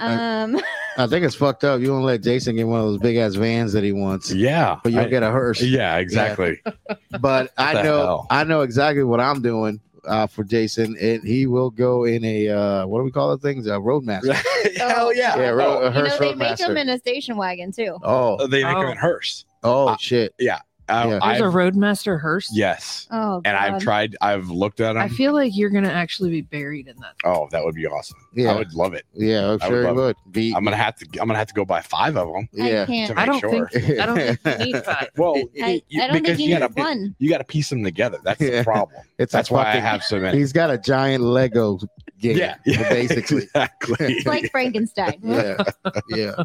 Um,
I think it's fucked up. You won't let Jason get one of those big ass vans that he wants,
Yeah,
but you'll
I-
get a hearse.
yeah, exactly. [laughs]
But I
the
know,
hell?
I know exactly what I'm doing uh, for Jason, and he will go in a uh, what do we call the things? A roadmaster.
[laughs] Hell yeah.
Yeah, ro- a
you know
hearse
they make them
roadmaster.
in a station wagon too.
oh,
Oh, they make them
Oh.
in hearse.
oh
Uh,
shit!
I,
Yeah.
There's a
I've-
Roadmaster hearse.
yes.
Oh,
And I've
God.
tried, I've looked at
I
them.
feel like you're gonna actually be buried in that.
Oh, that would be awesome.
Yeah,
I would love it.
yeah, I'm
I
sure
would
he
love
would. Be,
I'm gonna have to, I'm gonna have to go buy five of them
I
yeah,
to
can't.
make
I don't
sure.
think. I don't
[laughs]
think you need five.
well,
I,
you-
I don't think
because
you
you
need
gotta, pi- [laughs]
one.
you gotta piece them together. That's
Yeah. [laughs]
the problem.
it's
That's
a
why I
fucking-
have so many.
He's got a giant Lego game,
Yeah, yeah, [laughs]
basically.
exactly.
It's like Frankenstein.
yeah, yeah.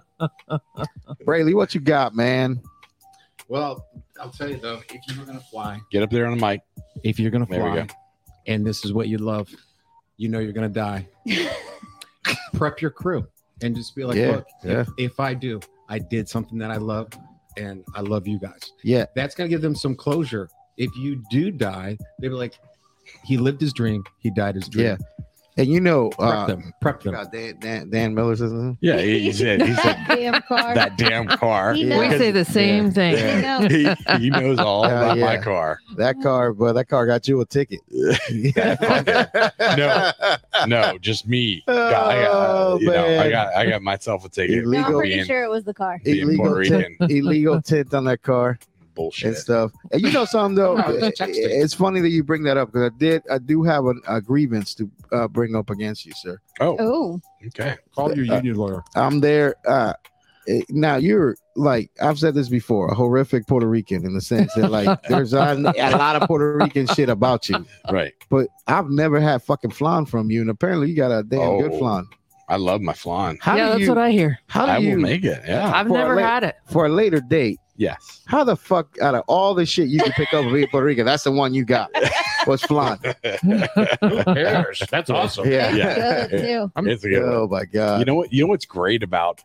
[laughs]
Brayley, what you got, man?
Well, I'll tell you though, if you were gonna fly,
Get up there on the mic.
if you're gonna
There we
fly, and this is what you love, you know you're gonna die.
[laughs]
Prep your crew and just be like,
Yeah,
look,
yeah.
If, if I do, I did something that I love, and I love you guys.
Yeah.
that's gonna give them some closure. If you do die, they be like, he lived his dream, he died his dream.
Yeah. And you know,
prep
uh,
them, prep them.
God, Dan, Dan, Dan "Mm, Miller's his name?
Yeah, he, he said he said
that damn car.
that damn car.
He
Yeah.
We
knows.
say the same thing.
He
Yeah.
knows.
he, he
[laughs]
knows all
Hell
about my
Oh, yeah.
car.
Mm-hmm.
That car, but that car got you a ticket.
No. No,
[laughs]
just me. I got,
Oh,
you know, I
man.
got, I got myself a ticket.
No, I'm
Legal
pretty
being-
sure it was the car.
being Puerto
Illegal tint, [laughs]
Rican.
illegal tint on that car
bullshit.
and stuff. And you know something though,
[laughs] No,
It-
that's texting.
it's funny that you bring that up because I did, I do have a, a grievance to uh, bring up against you, sir.
oh,
Oh,
okay.
Call your
Uh,
union lawyer.
I'm there. Uh, eh, now you're like I've said this before, a horrific Puerto Rican in the sense that
[laughs]
like there's a, a lot of Puerto Rican shit about you,
Right.
but I've never had fucking flan from you, and apparently you got a damn good
Oh.
flan.
I love my flan.
How
yeah,
do
that's
you?
what I hear.
how do
I
you
will make it. Yeah.
I've
for a
never
late-
had it.
for a later date?
Yes.
How the fuck out of all the shit you can pick up in Puerto Rico, that's the one you got was
[laughs]
flan.
cares? That's awesome.
Yeah. [laughs]
Yeah.
It's good too.
It's a good one.
Oh my god.
you know what? You know what's great about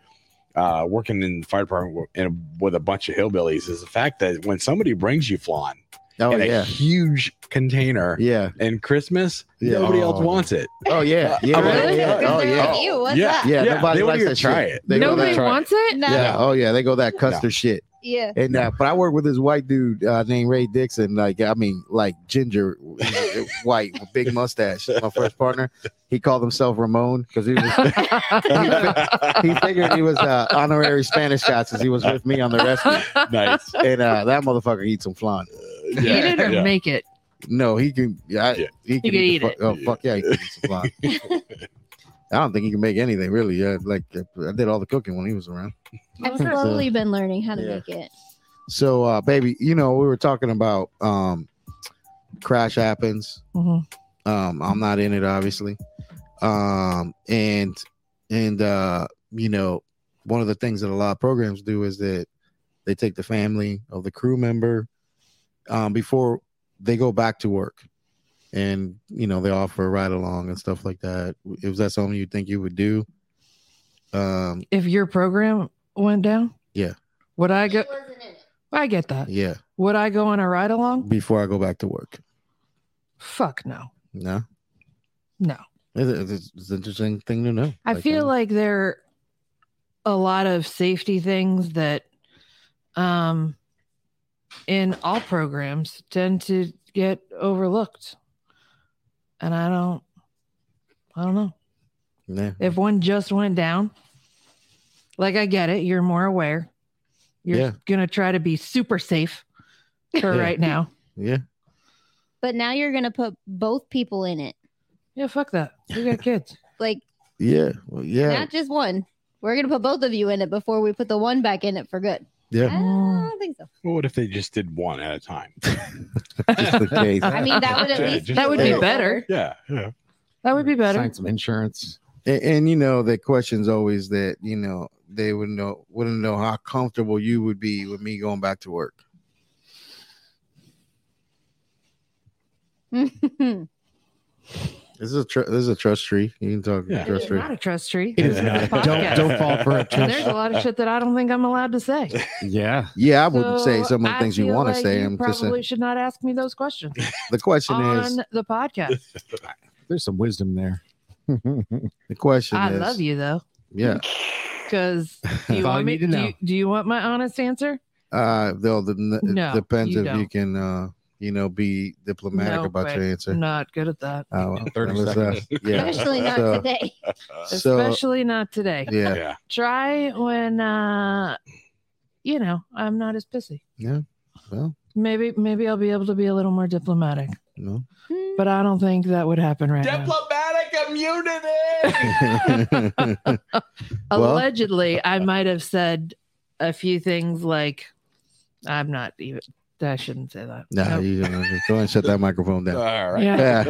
uh, working in the fire department and with a bunch of hillbillies is the fact that when somebody brings you flan
oh
in a
yeah.
huge container
Yeah.
and Christmas,
Yeah.
nobody else
Oh.
[laughs]
wants it. [laughs]
Oh yeah. Yeah.
I'm Uh, like,
yeah, yeah.
Because
Oh
they're
yeah.
like, "Ew, what's
Yeah.
that?"
Yeah,
Yeah,
nobody
they want
likes
you
that
to try
shit.
it.
They go
Nobody
that-
wants it.
No.
Yeah. Oh yeah, they go that custard shit.
Yeah.
And uh, but I work with this white dude uh, named Ray Dixon. Like I mean, like ginger, [laughs] white, with big mustache. My first partner. He called himself Ramon because he was
[laughs]
he figured he was uh, honorary Spanish guy since he was with me on the rescue.
nice.
And uh, that motherfucker eats some flan.
Eat it or
yeah.
make it.
No, he can. Yeah, I-
Yeah.
he can
can
eat,
eat
the
it.
Fuck, oh fuck yeah, he can eat some flan. I don't think he can make anything really. Yeah, like I did all the cooking when he was around.
I've slowly been learning how to
Yeah.
make it.
So, uh, baby, you know, we were talking about um, crash happens.
Mhm.
Um, I'm not in it, obviously. Um, and and uh, you know, one of the things that a lot of programs do is that they take the family of the crew member um, before they go back to work, and you know, they offer a ride along and stuff like that. Is that something you think you would do? Um,
If your program went down,
Yeah.
Would I go? I get that.
yeah,
Would I go on a ride along?
before I go back to work.
Fuck no,
No.
no.
It's, it's, it's an interesting thing to know. um,
I feel like there are a lot of safety things that um in all programs tend to get overlooked. And I don't I don't know.
yeah,
If one just went down, like I get it, you're more aware. You're
Yeah.
gonna try to be super safe for
Yeah.
right now.
yeah,
But now you're gonna put both people in it,
Yeah, fuck that. We got kids.
like
yeah, well, yeah,
not just one. We're gonna put both of you in it before we put the one back in it for good.
yeah.
I don't think so.
Well, what if they just did one at a time?
Just in case.
[laughs] I mean, that would at
Yeah,
least
just-
That would be
Yeah.
better.
Yeah. yeah.
[laughs] That would be better.
Sign some insurance.
and, and, you know, the question's always that you know they wouldn't know wouldn't know how comfortable you would be with me going back to work. This is a tr- this is a trust tree. You can talk
Yeah.
trust
It's
tree.
not a trust tree.
It is
It's a
not. Don't
podcast.
don't fall for a
There's
trust.
a lot of shit that I don't think I'm allowed to say.
Yeah.
Yeah, I would say
So
some of the
I
things you
feel
want to
like
say.
You
I'm just
probably
saying.
should not ask me those questions
The question is.
on the podcast.
There's some wisdom there. [laughs]
The question
I
is.
love you though,
Yeah. [laughs]
because do you
all
want me?
you need to
Do
know.
you, do you want my honest answer?
Uh, though the, it
No,
depends
you
if you
don't.
can, uh, you know, be diplomatic
No
about
way.
your answer.
I'm not good at that,
Uh, well,
30
let's,
seconds.
yeah.
Especially not
So-
today. [laughs]
So
especially not today.
yeah,
Yeah.
Try when uh, you know I'm not as pissy.
yeah. Well,
Maybe maybe I'll be able to be a little more diplomatic, [laughs]
no. [laughs]
but I don't think that would happen right now.
Diplomatic immunity.
well-
Allegedly, I might have said a few things like, "I'm not even." I shouldn't say that.
no,
[laughs] Nope.
you don't. know. Go ahead and shut that microphone down
All right.
[laughs]
Yeah.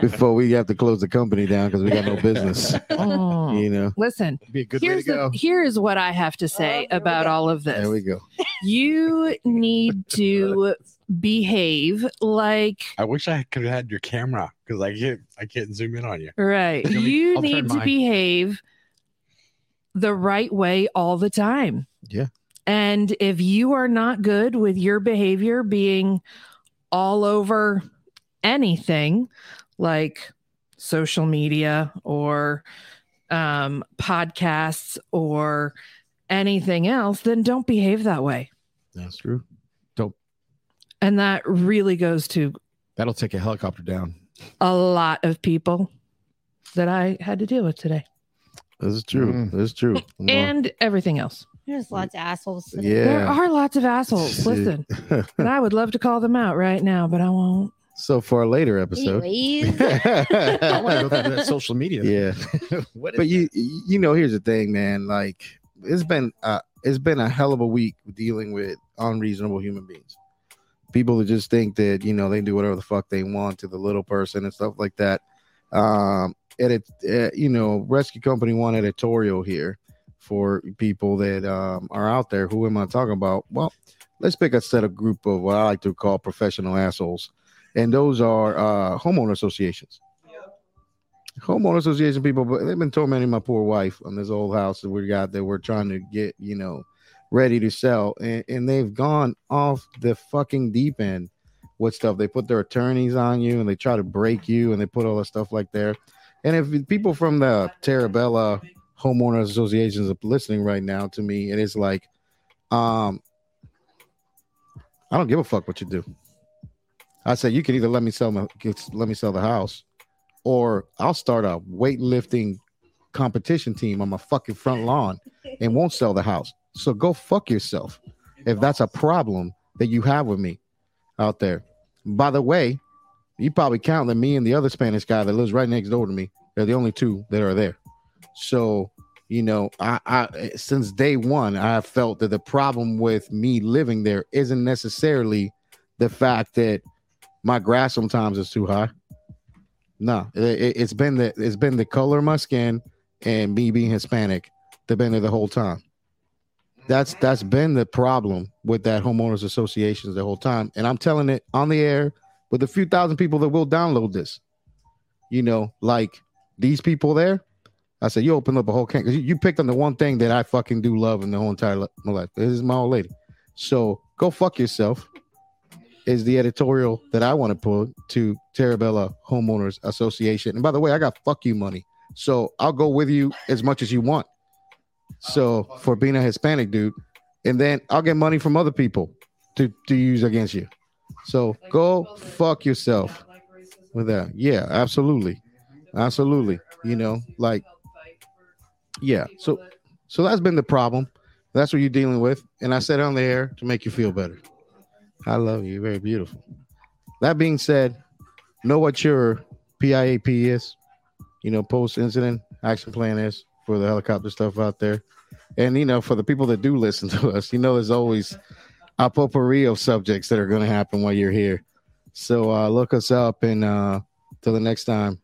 before we have to close the company down because we got no
[laughs]
business.
Mm.
You know.
Listen,
Oh, Be a good
here's the, here is what I have to say about all of
There we
this.
go.
You need to behave like
I wish I could have had your camera because I can't. I can't zoom in on you.
right.
Let me-
You
I'll turn
need to
mine.
behave the right way all the time.
Yeah.
And if you are not good with your behavior being all over anything like social media or um, podcasts or anything else, then don't behave that way.
That's true.
And that really goes to
That'll take a helicopter [laughs] down.
a lot of people that I had to deal with today
This is true.
Mm.
This is true. Well,
and everything else.
There's lots of assholes. today.
There
yeah.
are lots of assholes. Listen, and I would love to call them out right now, but I won't.
[laughs] so for a later episode.
Anyways,
I want to go through that social media.
[laughs] yeah.
[laughs] What is
but you you know here's the thing man like it's been uh, it's been a hell of a week dealing with unreasonable human beings. People that just think that you know they do whatever the fuck they want to the little person and stuff like that. Um, and it, uh, you know, Rescue Company one editorial here for people that um, are out there. Who am I talking about? Well, let's pick a set of group of what I like to call professional assholes, and those are uh, homeowner associations. Homeowner association people, but they've been tormenting my poor wife on this old house that we got that we're trying to get, you know, ready to sell, and, and they've gone off the fucking deep end with stuff. They put their attorneys on you, and they try to break you, and they put all that stuff like there. And if people from the Tarabella homeowners associations are listening right now to me, and it's like, um, I don't give a fuck what you do. I said you can either let me sell my get- let me sell the house, or I'll start a weightlifting competition team on my fucking front lawn and won't sell the house. So go fuck yourself if that's a problem that you have with me out there. By the way, you probably count that me and the other Spanish guy that lives right next door to me they are the only two that are there. So, you know, I, I since day one, I felt that the problem with me living there isn't necessarily the fact that my grass sometimes is too high. No, it, it, it's been the it's been the color of my skin and me being Hispanic. They've been there the whole time. That's that's been the problem with that homeowners associations the whole time, and I'm telling it on the air with a few thousand people that will download this. You know, like these people there, I said, you open up a whole can because you, you picked on the one thing that I fucking do love in the whole entire li- my life. This is my old lady. So go fuck yourself is the editorial that I want to put to Terabella Homeowners Association. And by the way, I got fuck you money. So I'll go with you as much as you want. So for being a Hispanic dude, and then I'll get money from other people to, to use against you. So go fuck yourself with that. Yeah, absolutely. Absolutely. You know, like yeah. So so that's been the problem. That's what you're dealing with. And I said on the air to make you feel better. I love you. You're very beautiful. That being said, know what your PIAP is, you know, post incident action plan is for the helicopter stuff out there. And you know, for the people that do listen [laughs] to us, you know there's always a potpourri of subjects that are gonna happen while you're here. So uh look us up and uh till the next time,